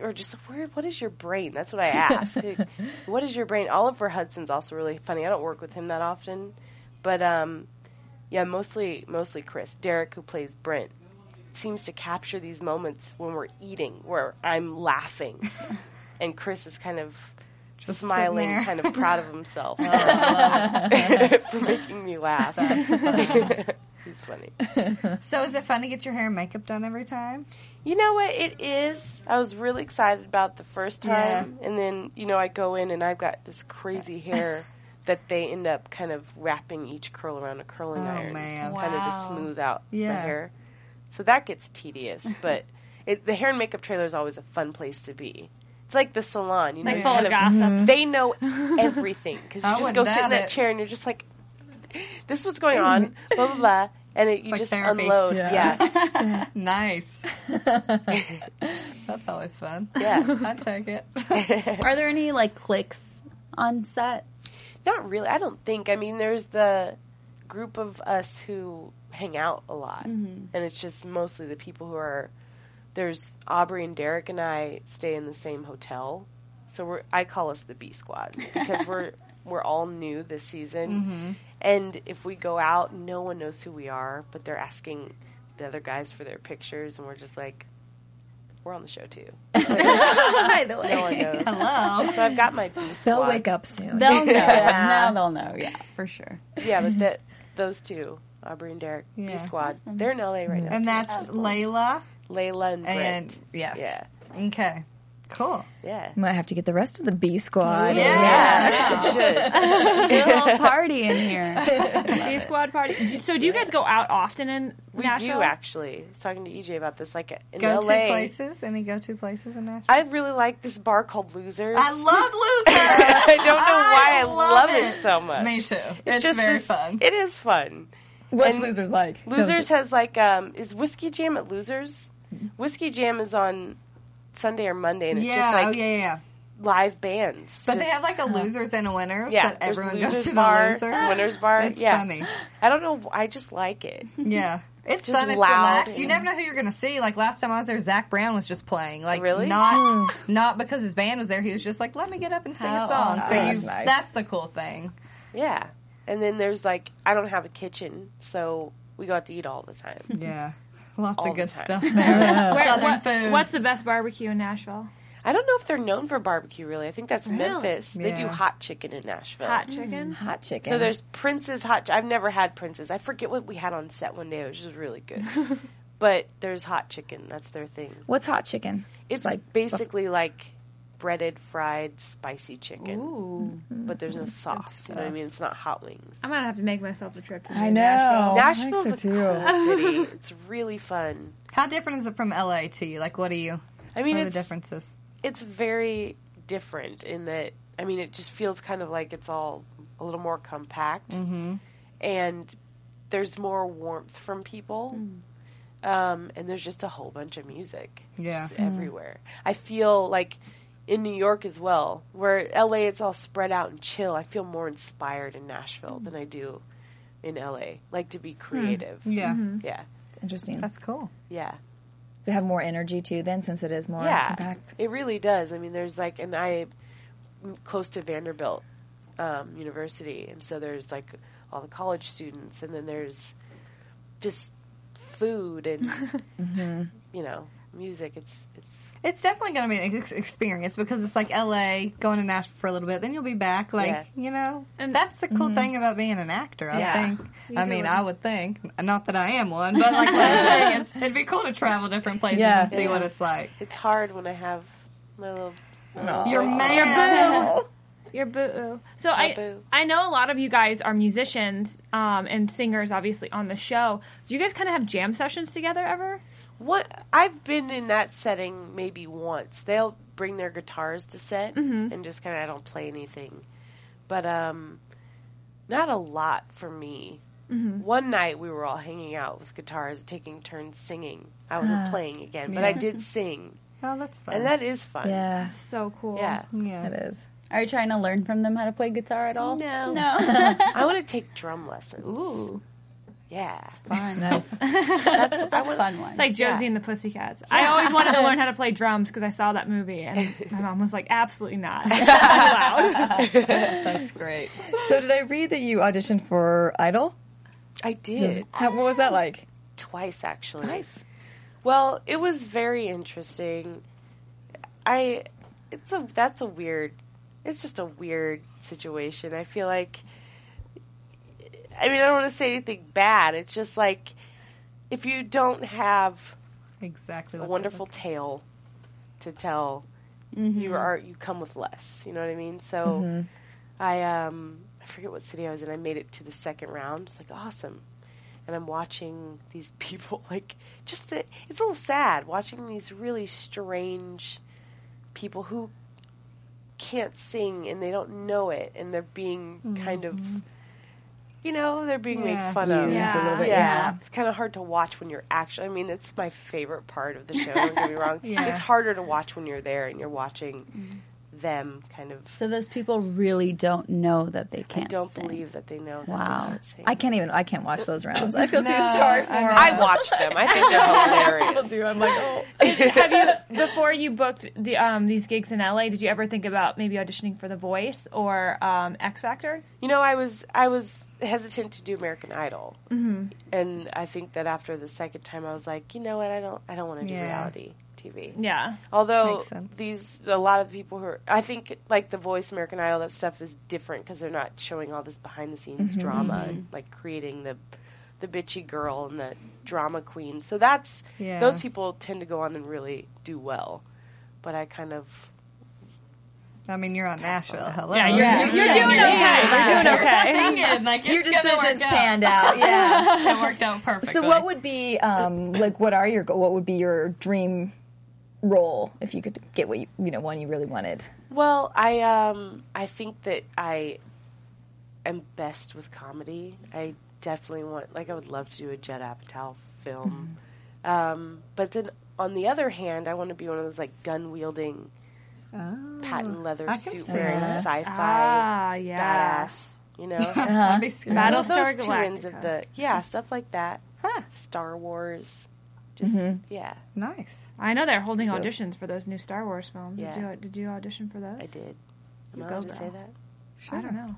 [SPEAKER 8] or just where what is your brain? That's what I asked. Like, what is your brain? Oliver Hudson's also really funny. I don't work with him that often, but um, yeah, mostly mostly Chris Derek who plays Brent seems to capture these moments when we're eating where I'm laughing, and Chris is kind of.
[SPEAKER 7] Just sitting
[SPEAKER 8] smiling,
[SPEAKER 7] there. Oh.
[SPEAKER 8] kind of proud of himself for making me laugh. He's funny.
[SPEAKER 7] so is it fun to get your hair and makeup done every time?
[SPEAKER 8] You know what? It is. I was really excited about the first time, and then you know I go in and I've got this crazy hair that they end up kind of wrapping each curl around a curling
[SPEAKER 7] Oh,
[SPEAKER 8] iron,
[SPEAKER 7] man.
[SPEAKER 8] kind of just
[SPEAKER 7] Wow.
[SPEAKER 8] smooth out the
[SPEAKER 7] Yeah.
[SPEAKER 8] hair. So that gets tedious, but it, the hair and makeup trailer is always a fun place to be. It's like the salon, you know,
[SPEAKER 22] Like
[SPEAKER 8] you
[SPEAKER 22] full
[SPEAKER 8] kind
[SPEAKER 22] of gossip. Mhm.
[SPEAKER 8] They know everything because
[SPEAKER 7] Mm-hmm.
[SPEAKER 8] you
[SPEAKER 7] I
[SPEAKER 8] just
[SPEAKER 7] wouldn't
[SPEAKER 8] go sit in
[SPEAKER 7] doubt
[SPEAKER 8] that
[SPEAKER 7] it.
[SPEAKER 8] chair and you're just like, "This is what's going on," blah blah blah, and it, you
[SPEAKER 7] like
[SPEAKER 8] just
[SPEAKER 7] therapy.
[SPEAKER 8] unload.
[SPEAKER 7] Yeah.
[SPEAKER 8] yeah.
[SPEAKER 7] nice. That's always fun.
[SPEAKER 8] Yeah.
[SPEAKER 7] I'd take it.
[SPEAKER 11] Are there any like clicks on set?
[SPEAKER 8] Not really. I don't think. I mean, there's the group of us who hang out a lot,
[SPEAKER 11] Mhm.
[SPEAKER 8] and it's just mostly the people who are. There's Aubrey and Derek and I stay in the same hotel, so we're. I call us the B Squad because we're we're all new this season,
[SPEAKER 11] Mm-hmm.
[SPEAKER 7] Mhm.
[SPEAKER 8] and if we go out, no one knows who we are, but they're asking the other guys for their pictures, and we're just like. We're on the show too.
[SPEAKER 11] By the way.
[SPEAKER 8] No one knows.
[SPEAKER 11] Hello.
[SPEAKER 8] So I've got my B squad.
[SPEAKER 9] They'll wake up soon.
[SPEAKER 11] They'll know.
[SPEAKER 8] Yeah.
[SPEAKER 11] Now they'll know. Yeah, for sure.
[SPEAKER 8] Yeah, but that those two, Aubrey and Derek, B
[SPEAKER 7] Yeah. Mm-hmm.
[SPEAKER 8] Squad, they're in LA right now.
[SPEAKER 7] And that's Layla.
[SPEAKER 8] Layla and
[SPEAKER 7] And-
[SPEAKER 8] Brent.
[SPEAKER 7] yes.
[SPEAKER 8] Yeah.
[SPEAKER 7] Okay. Cool.
[SPEAKER 8] Yeah.
[SPEAKER 9] Might have to get the rest of the B squad.
[SPEAKER 7] Yeah.
[SPEAKER 8] You should.
[SPEAKER 22] Good
[SPEAKER 11] little party in here.
[SPEAKER 22] B squad party. Do- So do you guys go out often in
[SPEAKER 8] We
[SPEAKER 22] Nashville?
[SPEAKER 8] do actually. I was talking to EJ about this. Like in
[SPEAKER 7] Go
[SPEAKER 8] LA,
[SPEAKER 7] to places? Any go to places in Nashville?
[SPEAKER 8] I really like this bar called Losers.
[SPEAKER 7] I love losers.
[SPEAKER 8] I don't know why I,
[SPEAKER 7] love
[SPEAKER 8] love it. so much.
[SPEAKER 7] Me too. It's,
[SPEAKER 8] just
[SPEAKER 7] very
[SPEAKER 8] this-
[SPEAKER 7] fun.
[SPEAKER 8] It is fun.
[SPEAKER 9] What's
[SPEAKER 8] And
[SPEAKER 9] losers like?
[SPEAKER 8] Losers has like um is Whiskey Jam at Losers?
[SPEAKER 7] Mm-hmm.
[SPEAKER 8] Whiskey Jam is on Sunday or Monday, and it's
[SPEAKER 7] yeah.
[SPEAKER 8] just like
[SPEAKER 7] oh yeah, yeah, yeah.
[SPEAKER 8] live bands.
[SPEAKER 7] But they
[SPEAKER 8] Just-
[SPEAKER 7] have like a losers and a winners.
[SPEAKER 8] Yeah,
[SPEAKER 7] but
[SPEAKER 8] there's
[SPEAKER 7] everyone
[SPEAKER 8] losers
[SPEAKER 7] goes to
[SPEAKER 8] bar,
[SPEAKER 7] the loser.
[SPEAKER 8] winners bar,
[SPEAKER 7] It's
[SPEAKER 8] yeah.
[SPEAKER 7] funny.
[SPEAKER 8] I don't know. I just like it.
[SPEAKER 7] Yeah. It's
[SPEAKER 8] Just
[SPEAKER 7] fun. It's
[SPEAKER 8] loud
[SPEAKER 7] relaxed. You
[SPEAKER 8] and-
[SPEAKER 7] never know who you're gonna see. Like last time I was there, Zach Brown was just playing. Like
[SPEAKER 8] Really? Hmm.
[SPEAKER 7] not not because his band was there. He was just like, let me get up and sing
[SPEAKER 11] How
[SPEAKER 7] a song. So
[SPEAKER 11] awesome.
[SPEAKER 7] you,
[SPEAKER 11] That's nice.
[SPEAKER 7] that's the cool thing.
[SPEAKER 8] Yeah. And then there's like I don't have a kitchen, so we go out to eat all the time.
[SPEAKER 7] Yeah, lots
[SPEAKER 8] All
[SPEAKER 7] of
[SPEAKER 8] the
[SPEAKER 7] good
[SPEAKER 8] time.
[SPEAKER 7] stuff there.
[SPEAKER 22] Where-
[SPEAKER 7] Southern
[SPEAKER 22] what-
[SPEAKER 7] food.
[SPEAKER 22] What's the best barbecue in Nashville?
[SPEAKER 8] I don't know if they're known for barbecue really. I think that's
[SPEAKER 22] Really?
[SPEAKER 8] Memphis. They do
[SPEAKER 7] Yeah.
[SPEAKER 8] hot chicken in Nashville.
[SPEAKER 22] Hot chicken.
[SPEAKER 7] Mm-hmm.
[SPEAKER 9] Hot chicken.
[SPEAKER 8] So there's Prince's hot. Ch- I've never had Prince's. I forget what we had on set one day, which was really good. but there's hot chicken. That's their thing.
[SPEAKER 9] What's hot chicken?
[SPEAKER 8] It's like basically like breaded, fried, spicy chicken. But there's no sauce. You know what I mean? It's not hot wings.
[SPEAKER 22] I'm gonna have to make myself a trip. To
[SPEAKER 9] I know.
[SPEAKER 8] Nashville's
[SPEAKER 9] I
[SPEAKER 8] a
[SPEAKER 9] think so too.
[SPEAKER 8] cool city. It's really fun.
[SPEAKER 7] How different is it from LA to you? Like, what do you?
[SPEAKER 8] I mean,
[SPEAKER 7] what are the
[SPEAKER 8] it's-
[SPEAKER 7] differences.
[SPEAKER 8] It's very different in that. I mean, it just feels kind of like it's all a little more compact, and there's more warmth from people, um, and there's just a whole bunch of music.
[SPEAKER 7] Yeah.
[SPEAKER 8] just
[SPEAKER 7] Mhm.
[SPEAKER 8] everywhere. I feel like in New York as well, where LA it's all spread out and chill. I feel more inspired in Nashville than I do in LA. Like to be creative.
[SPEAKER 7] Yeah.
[SPEAKER 8] Yeah.
[SPEAKER 9] It's interesting.
[SPEAKER 7] Mm-hmm. That's cool.
[SPEAKER 8] Yeah.
[SPEAKER 9] They have more energy too, then, since it is more compact.
[SPEAKER 8] It really does. I mean, there's like, and I, am close to Vanderbilt um, University, and so there's like all the college students, and then there's just food and
[SPEAKER 22] Mm-hmm.
[SPEAKER 8] you know music. It's it's
[SPEAKER 7] It's definitely going to be an ex- experience because it's like LA, going to Nashville for a little bit, then you'll be back. Like,
[SPEAKER 8] Yeah.
[SPEAKER 7] you know, that's the cool thing about being an actor, I
[SPEAKER 8] Yeah.
[SPEAKER 7] think.
[SPEAKER 22] You
[SPEAKER 7] I
[SPEAKER 22] do
[SPEAKER 7] mean,
[SPEAKER 22] it.
[SPEAKER 7] I would think. Not that I am one, but like what I'm saying is, it'd be cool to travel different places
[SPEAKER 9] Yeah.
[SPEAKER 7] and see
[SPEAKER 8] Yeah.
[SPEAKER 7] what it's like.
[SPEAKER 8] it's hard when I have my little.
[SPEAKER 7] Your man.
[SPEAKER 22] Your boo. Your boo. So I
[SPEAKER 8] boo.
[SPEAKER 22] I know a lot of you guys are musicians um, and singers, obviously on the show. Do you guys kind of have jam sessions together ever?
[SPEAKER 8] What I've been in that setting maybe once. They'll bring their guitars to set and just kind of I don't play anything, but um, not a lot for me. One night we were all hanging out with guitars, taking turns singing. I wasn't playing again, but I did sing,
[SPEAKER 7] Oh, that's fun.
[SPEAKER 8] and that is fun.
[SPEAKER 9] Yeah,
[SPEAKER 22] So cool.
[SPEAKER 8] Yeah.
[SPEAKER 7] yeah.
[SPEAKER 9] it is.
[SPEAKER 11] Are you trying to learn from them how to play guitar at all?
[SPEAKER 8] No.
[SPEAKER 11] No.
[SPEAKER 8] I want to take drum lessons.
[SPEAKER 11] Ooh.
[SPEAKER 8] Yeah. It's
[SPEAKER 22] fun.
[SPEAKER 8] That's I would-
[SPEAKER 11] fun one.
[SPEAKER 22] It's like Josie and the Pussycats. I always wanted to learn how to play drums because I saw that movie, and my mom was like, "Absolutely not."
[SPEAKER 9] That's great. So did I read that you auditioned for Idol?
[SPEAKER 8] I did.
[SPEAKER 9] How, what was that like?
[SPEAKER 8] Twice, actually. Nice. Well, it was very interesting. I, it's a that's a weird, it's just a weird situation. I feel like, I mean, I don't want to say anything bad. It's just like, if you don't have
[SPEAKER 7] exactly
[SPEAKER 8] a wonderful tale to tell, you are you come with less. You know what I mean? So,
[SPEAKER 7] Mhm.
[SPEAKER 8] I um I forget what city I was in. I made it to the second round. It's like awesome. And I'm watching these people like just the, it's a little sad watching these really strange people who can't sing and they don't know it and they're being kind of you know they're being
[SPEAKER 9] Yeah.
[SPEAKER 8] made fun of
[SPEAKER 9] Used a little bit, yeah.
[SPEAKER 8] it's kind of hard to watch when you're actually I mean it's my favorite part of the show don't get me wrong
[SPEAKER 11] Yeah.
[SPEAKER 8] it's harder to watch when you're there and you're watching
[SPEAKER 22] Mm-hmm.
[SPEAKER 8] them kind of
[SPEAKER 11] So those people really don't know that they can't.
[SPEAKER 8] don't believe that they know.
[SPEAKER 11] Wow.
[SPEAKER 9] I can't even. I can't watch those rounds. I feel too
[SPEAKER 11] No,
[SPEAKER 9] sorry for.
[SPEAKER 11] I
[SPEAKER 9] them.
[SPEAKER 11] know. I watch
[SPEAKER 8] them. I think they're hilarious.
[SPEAKER 9] People do. I'm like, oh.
[SPEAKER 22] Have you before you booked the um, these gigs in LA? Did you ever think about maybe auditioning for The Voice or um, X Factor?
[SPEAKER 8] You know, I was I was hesitant to do American Idol,
[SPEAKER 22] Mhm.
[SPEAKER 8] and I think that after the second time, I was like, you know what, I don't I don't want to do
[SPEAKER 22] Yeah.
[SPEAKER 8] reality TV.
[SPEAKER 22] Yeah.
[SPEAKER 8] Although
[SPEAKER 22] Makes sense.
[SPEAKER 8] these a lot of the people who are, I think like The Voice, American Idol, that stuff is different because they're not showing all this behind the scenes
[SPEAKER 7] Mm-hmm.
[SPEAKER 22] Mhm.
[SPEAKER 8] drama,
[SPEAKER 22] Mhm.
[SPEAKER 8] and, like creating the the bitchy girl and the drama queen. So that's
[SPEAKER 22] Yeah.
[SPEAKER 8] those people tend to go on and really do well. But I kind of
[SPEAKER 7] I mean, you're on Nashville. Hello.
[SPEAKER 8] Yeah, you're- Yeah. you're- you're doing okay. You're doing okay.
[SPEAKER 7] Singing, like,
[SPEAKER 9] Your
[SPEAKER 7] it's gonna work
[SPEAKER 9] decisions
[SPEAKER 7] out.
[SPEAKER 9] panned out, yeah.
[SPEAKER 7] it worked out perfectly.
[SPEAKER 9] So what would be um, like? What are your go- what would be your dream role if you could get what you, you know one you really wanted?
[SPEAKER 8] Well, I um I think that I am best with comedy. I definitely want like I would love to do a Judd Apatow film.
[SPEAKER 22] Mm-hmm.
[SPEAKER 8] Um, but then on the other hand, I want to be one of those like gun wielding patent leather
[SPEAKER 22] Oh, I can
[SPEAKER 8] suit
[SPEAKER 22] see
[SPEAKER 8] wearing
[SPEAKER 22] that.
[SPEAKER 8] sci-fi
[SPEAKER 22] Ah, yeah.
[SPEAKER 8] badass, you know.
[SPEAKER 22] Uh-huh. That'd be scary.
[SPEAKER 8] Battlestar
[SPEAKER 22] Battlestar
[SPEAKER 8] those two ends of
[SPEAKER 22] Galactica.
[SPEAKER 8] the yeah, stuff like that. Star Wars. Just
[SPEAKER 22] Mhm.
[SPEAKER 8] yeah.
[SPEAKER 7] Nice.
[SPEAKER 22] I know they're holding
[SPEAKER 8] Yes.
[SPEAKER 22] auditions for those new Star Wars films. Did,
[SPEAKER 8] Yeah.
[SPEAKER 22] you, did you audition for those? I
[SPEAKER 8] did.
[SPEAKER 22] You
[SPEAKER 8] Am I
[SPEAKER 22] go,
[SPEAKER 8] allowed to say
[SPEAKER 22] girl.
[SPEAKER 8] that?
[SPEAKER 22] I don't know.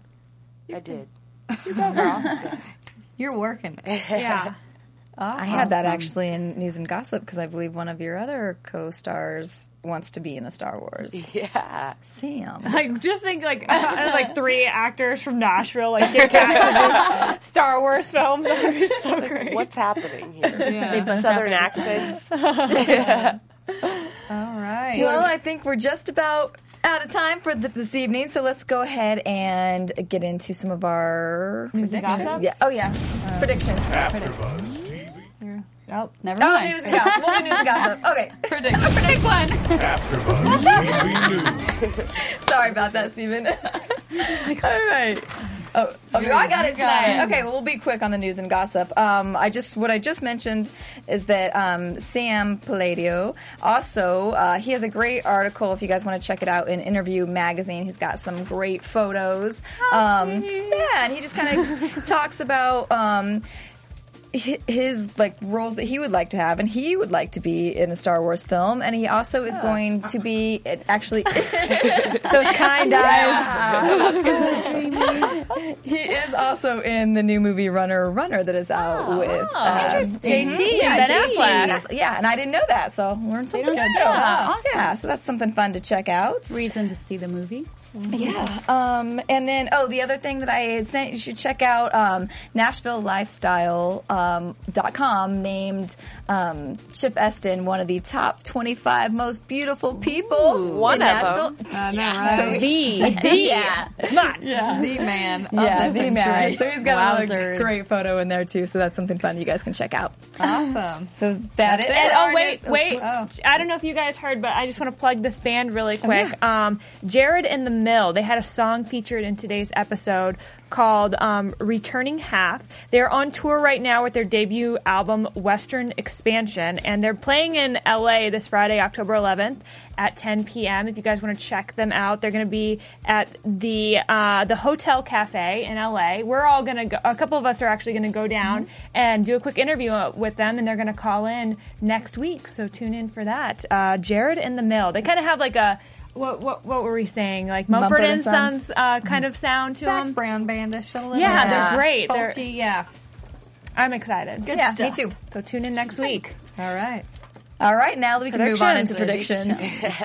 [SPEAKER 8] I did.
[SPEAKER 7] You're working.
[SPEAKER 22] Yeah.
[SPEAKER 9] I had that
[SPEAKER 7] Awesome.
[SPEAKER 9] actually in News and Gossip because I believe one of your other co-stars wants to be in a Star Wars.
[SPEAKER 8] Yeah,
[SPEAKER 9] Sam.
[SPEAKER 22] Like just think like uh, like three actors from Nashville like get cast in this Star Wars film. That would be so great.
[SPEAKER 8] What's happening here?
[SPEAKER 22] Yeah. They both
[SPEAKER 8] Southern
[SPEAKER 22] have their
[SPEAKER 8] accents.
[SPEAKER 9] All
[SPEAKER 7] right.
[SPEAKER 9] Well, I think we're just about out of time for th- this evening, so let's go ahead and get into some of our
[SPEAKER 22] News and
[SPEAKER 9] predictions.
[SPEAKER 22] gossips?
[SPEAKER 9] Yeah. Oh yeah, predictions.
[SPEAKER 22] Nope.
[SPEAKER 11] Never
[SPEAKER 9] Oh,
[SPEAKER 11] mind.
[SPEAKER 9] news and gossip. We'll do news and gossip. Okay. Predict. Predict one. Sorry about that, Stephen. All right. Oh, oh,
[SPEAKER 7] You
[SPEAKER 9] I got it
[SPEAKER 7] got it.
[SPEAKER 9] tonight. Okay, well, we'll be quick on the news and gossip. Um, I just what I just mentioned is that um, Sam Palladio also uh, he has a great article if you guys want to check it out in Interview Magazine. He's got some great photos. um, yeah, and he just kind of talks about. Um, hi- his like roles that he would like to have, and he would like to be in a Star Wars film, and he also is going to be it actually those
[SPEAKER 22] kind
[SPEAKER 9] eyes. he is also in the new movie Runner Runner that is out with
[SPEAKER 22] interesting.
[SPEAKER 9] mhm,
[SPEAKER 22] JT
[SPEAKER 9] yeah,
[SPEAKER 22] and Ben
[SPEAKER 9] JT.
[SPEAKER 22] Affleck.
[SPEAKER 9] yeah, and I didn't know that, so learned something.
[SPEAKER 11] don't
[SPEAKER 9] good.
[SPEAKER 11] know that.
[SPEAKER 9] Yeah, yeah, so that's something fun to check out.
[SPEAKER 11] Reason to see the movie.
[SPEAKER 9] Yeah. Um, and then, oh, the other thing that I had sent, you should check out um, NashvilleLifestyle.com dot com named um, Chip Eston one of the top 25 most beautiful people
[SPEAKER 8] one
[SPEAKER 9] in
[SPEAKER 8] of
[SPEAKER 9] Nashville.
[SPEAKER 8] 'em.
[SPEAKER 7] I know,
[SPEAKER 9] Yeah, so
[SPEAKER 7] right?
[SPEAKER 9] he-
[SPEAKER 7] The-
[SPEAKER 9] yeah.
[SPEAKER 7] Yeah. The man of
[SPEAKER 9] Yeah,
[SPEAKER 7] the
[SPEAKER 9] the
[SPEAKER 7] century.
[SPEAKER 9] man. So he's got
[SPEAKER 7] Wowzers.
[SPEAKER 9] a great photo in there, too, so that's something fun you guys can check out.
[SPEAKER 7] Awesome.
[SPEAKER 9] So that is.
[SPEAKER 22] And, oh wait, wait! I don't know if you guys heard, but I just want to plug this band really quick. Um, Jared in the Mill. They had a song featured in today's episode
[SPEAKER 8] called um, Returning Half. They're on tour right now with their debut album, Western Expansion, and they're playing in LA this Friday, October 11th at 10 p.m. If you guys want to check them out, they're going to be at the uh, the Hotel Cafe in LA. We're all going to go. A couple of us are actually going to go down and do a quick interview uh, with them, and they're going to call in next week. So tune in for that. Uh, Jared and the Mill. They kind of have like a what, what what were we saying? Like Mumford,
[SPEAKER 7] Mumford
[SPEAKER 8] and
[SPEAKER 7] and
[SPEAKER 8] Sons,
[SPEAKER 7] Sons.
[SPEAKER 8] uh, kind of sound to them.
[SPEAKER 7] Brown bandish. a little
[SPEAKER 8] Yeah,
[SPEAKER 7] bit.
[SPEAKER 8] they're great.
[SPEAKER 7] Folky,
[SPEAKER 8] They're-
[SPEAKER 7] yeah.
[SPEAKER 8] I'm excited.
[SPEAKER 7] Good
[SPEAKER 9] Yeah,
[SPEAKER 7] stuff.
[SPEAKER 9] me too.
[SPEAKER 8] So tune in next week.
[SPEAKER 7] All right.
[SPEAKER 9] All right, now that we can move on into predictions.
[SPEAKER 7] Predictions.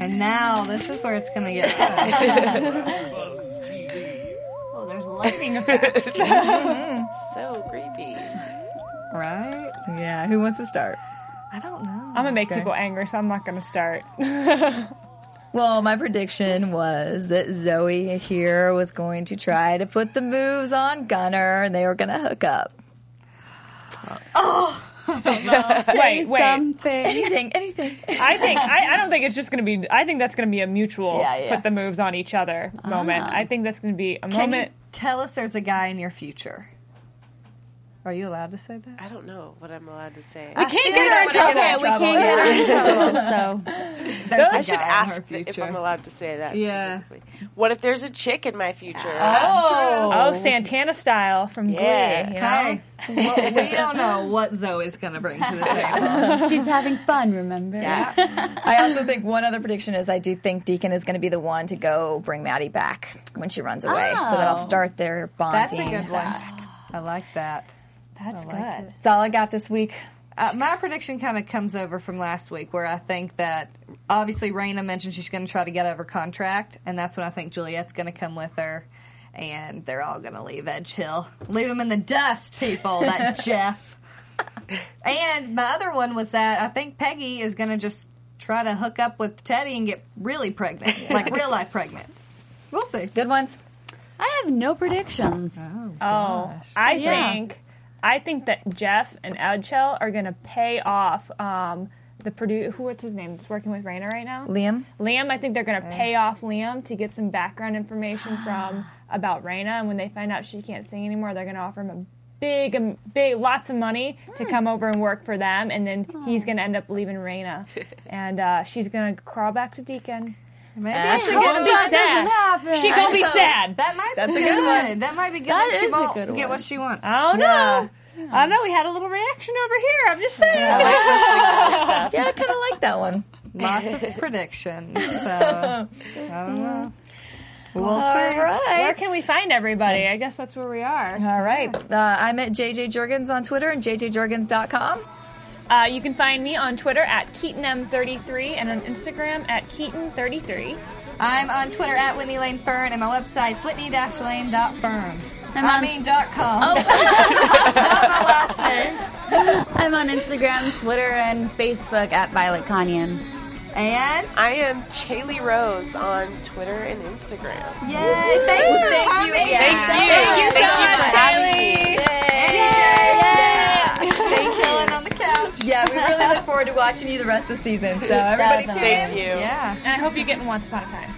[SPEAKER 7] and now this is where it's going to get
[SPEAKER 26] Oh, there's lightning effects.
[SPEAKER 8] Mm-hmm.
[SPEAKER 26] so creepy.
[SPEAKER 7] Right?
[SPEAKER 9] Yeah, who wants to start?
[SPEAKER 7] I don't know.
[SPEAKER 8] I'm gonna make
[SPEAKER 9] Okay.
[SPEAKER 8] people angry, so I'm not gonna start.
[SPEAKER 9] Well, my prediction was that Zoe here was going to try to put the moves on Gunner and they were going to hook up.
[SPEAKER 8] wait, wait.
[SPEAKER 9] Anything, anything.
[SPEAKER 8] I think I, I don't think it's just gonna be. I think that's gonna be a mutual
[SPEAKER 9] Yeah, yeah.
[SPEAKER 8] put the moves on each other moment. I think that's gonna be a
[SPEAKER 7] Can
[SPEAKER 8] moment.
[SPEAKER 7] you tell us there's a guy in your future? Are you allowed to say that?
[SPEAKER 26] I don't know what I'm allowed to say.
[SPEAKER 7] We can't get her in trouble. Okay, we can't get her in trouble, so. There's
[SPEAKER 26] I
[SPEAKER 7] a
[SPEAKER 26] should
[SPEAKER 7] guy in her
[SPEAKER 26] ask if
[SPEAKER 7] future.
[SPEAKER 26] I'm allowed to say that.
[SPEAKER 7] Yeah.
[SPEAKER 26] specifically. What if there's a chick in my future?
[SPEAKER 7] Ah.
[SPEAKER 8] oh, Santana style from
[SPEAKER 26] Yeah.
[SPEAKER 8] Glee. You know?
[SPEAKER 7] Hey, well, we don't know what Zoe's going to bring to the table.
[SPEAKER 20] She's having fun, remember?
[SPEAKER 26] Yeah.
[SPEAKER 9] I also think one other prediction is I do think Deacon is going to be the one to go bring Maddie back when she runs away. So that'll
[SPEAKER 7] Oh.
[SPEAKER 9] start their
[SPEAKER 7] That's
[SPEAKER 9] bonding.
[SPEAKER 7] a good one. I like that.
[SPEAKER 8] That's
[SPEAKER 7] I like
[SPEAKER 8] good.
[SPEAKER 9] That's all I got this week.
[SPEAKER 7] Uh, my prediction kind of comes over from last week, where I think that obviously Raina mentioned she's going to try to get out of her contract, and that's when I think Juliet's going to come with her, and they're all going to leave Edge Hill, leave him in the dust, people. That Jeff. And my other one was that I think Peggy is going to just try to hook up with Teddy and get really pregnant, like real life pregnant. We'll see.
[SPEAKER 9] Good ones.
[SPEAKER 20] I have no predictions.
[SPEAKER 8] Oh, I think I think that Jeff and Edgel are gonna pay off um, the produ Who what's his name? That's working with Raina right now.
[SPEAKER 9] Liam?
[SPEAKER 8] Liam. I think they're gonna pay off Liam to get some background information from about Raina, and when they find out she can't sing anymore, they're gonna offer him a big, um, big, lots of money to come over and work for them, and then he's gonna end up leaving Raina, and uh, she's gonna crawl back to Deacon.
[SPEAKER 7] Maybe
[SPEAKER 8] She's
[SPEAKER 7] it's a
[SPEAKER 8] gonna
[SPEAKER 7] good
[SPEAKER 8] be
[SPEAKER 7] one.
[SPEAKER 8] sad. She gonna be sad.
[SPEAKER 7] That might
[SPEAKER 9] That's
[SPEAKER 7] be
[SPEAKER 9] a good one.
[SPEAKER 7] That might be good.
[SPEAKER 20] That
[SPEAKER 7] and she
[SPEAKER 20] is a
[SPEAKER 7] won't
[SPEAKER 20] good
[SPEAKER 7] get
[SPEAKER 20] one.
[SPEAKER 7] what she wants.
[SPEAKER 8] I don't know. I don't know. We had a little reaction over here. I'm just saying.
[SPEAKER 9] Yeah, I kind of like that one.
[SPEAKER 7] Lots of predictions. So I don't know. We'll see.
[SPEAKER 8] Where can we find everybody? I guess that's where we are.
[SPEAKER 9] All right. Uh, I'm at JJ Jorgens on Twitter and jjjorgens.com.
[SPEAKER 8] Uh, you can find me on Twitter at KeatonM33 and on Instagram at Keaton33.
[SPEAKER 7] I'm on Twitter at Whitney Lane Fern and my website's whitney-lane.firm.
[SPEAKER 20] I'm
[SPEAKER 7] I
[SPEAKER 20] on-
[SPEAKER 7] mean dot com. Not my last name.
[SPEAKER 20] I'm on Instagram, Twitter, and Facebook at Violet Kanyan.
[SPEAKER 7] And
[SPEAKER 26] I am Chaley Rose on Twitter and Instagram.
[SPEAKER 7] yay, thanks for
[SPEAKER 9] Thank you,
[SPEAKER 7] coming.
[SPEAKER 9] yeah. Thank
[SPEAKER 8] you so much, Kylie.
[SPEAKER 7] Thank you. Just chilling on the couch.
[SPEAKER 9] Yeah, we really look forward to watching you the rest of the season. So everybody tune in.
[SPEAKER 26] Thank you.
[SPEAKER 7] Yeah.
[SPEAKER 8] And I hope you get in Once Upon a Time.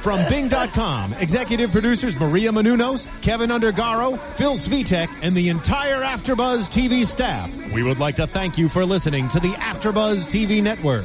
[SPEAKER 2] From Bing.com, executive producers Maria Manunos, Kevin Undergaro, Phil Svitek, and the entire Afterbuzz TV staff. We would like to thank you for listening to the Afterbuzz TV network.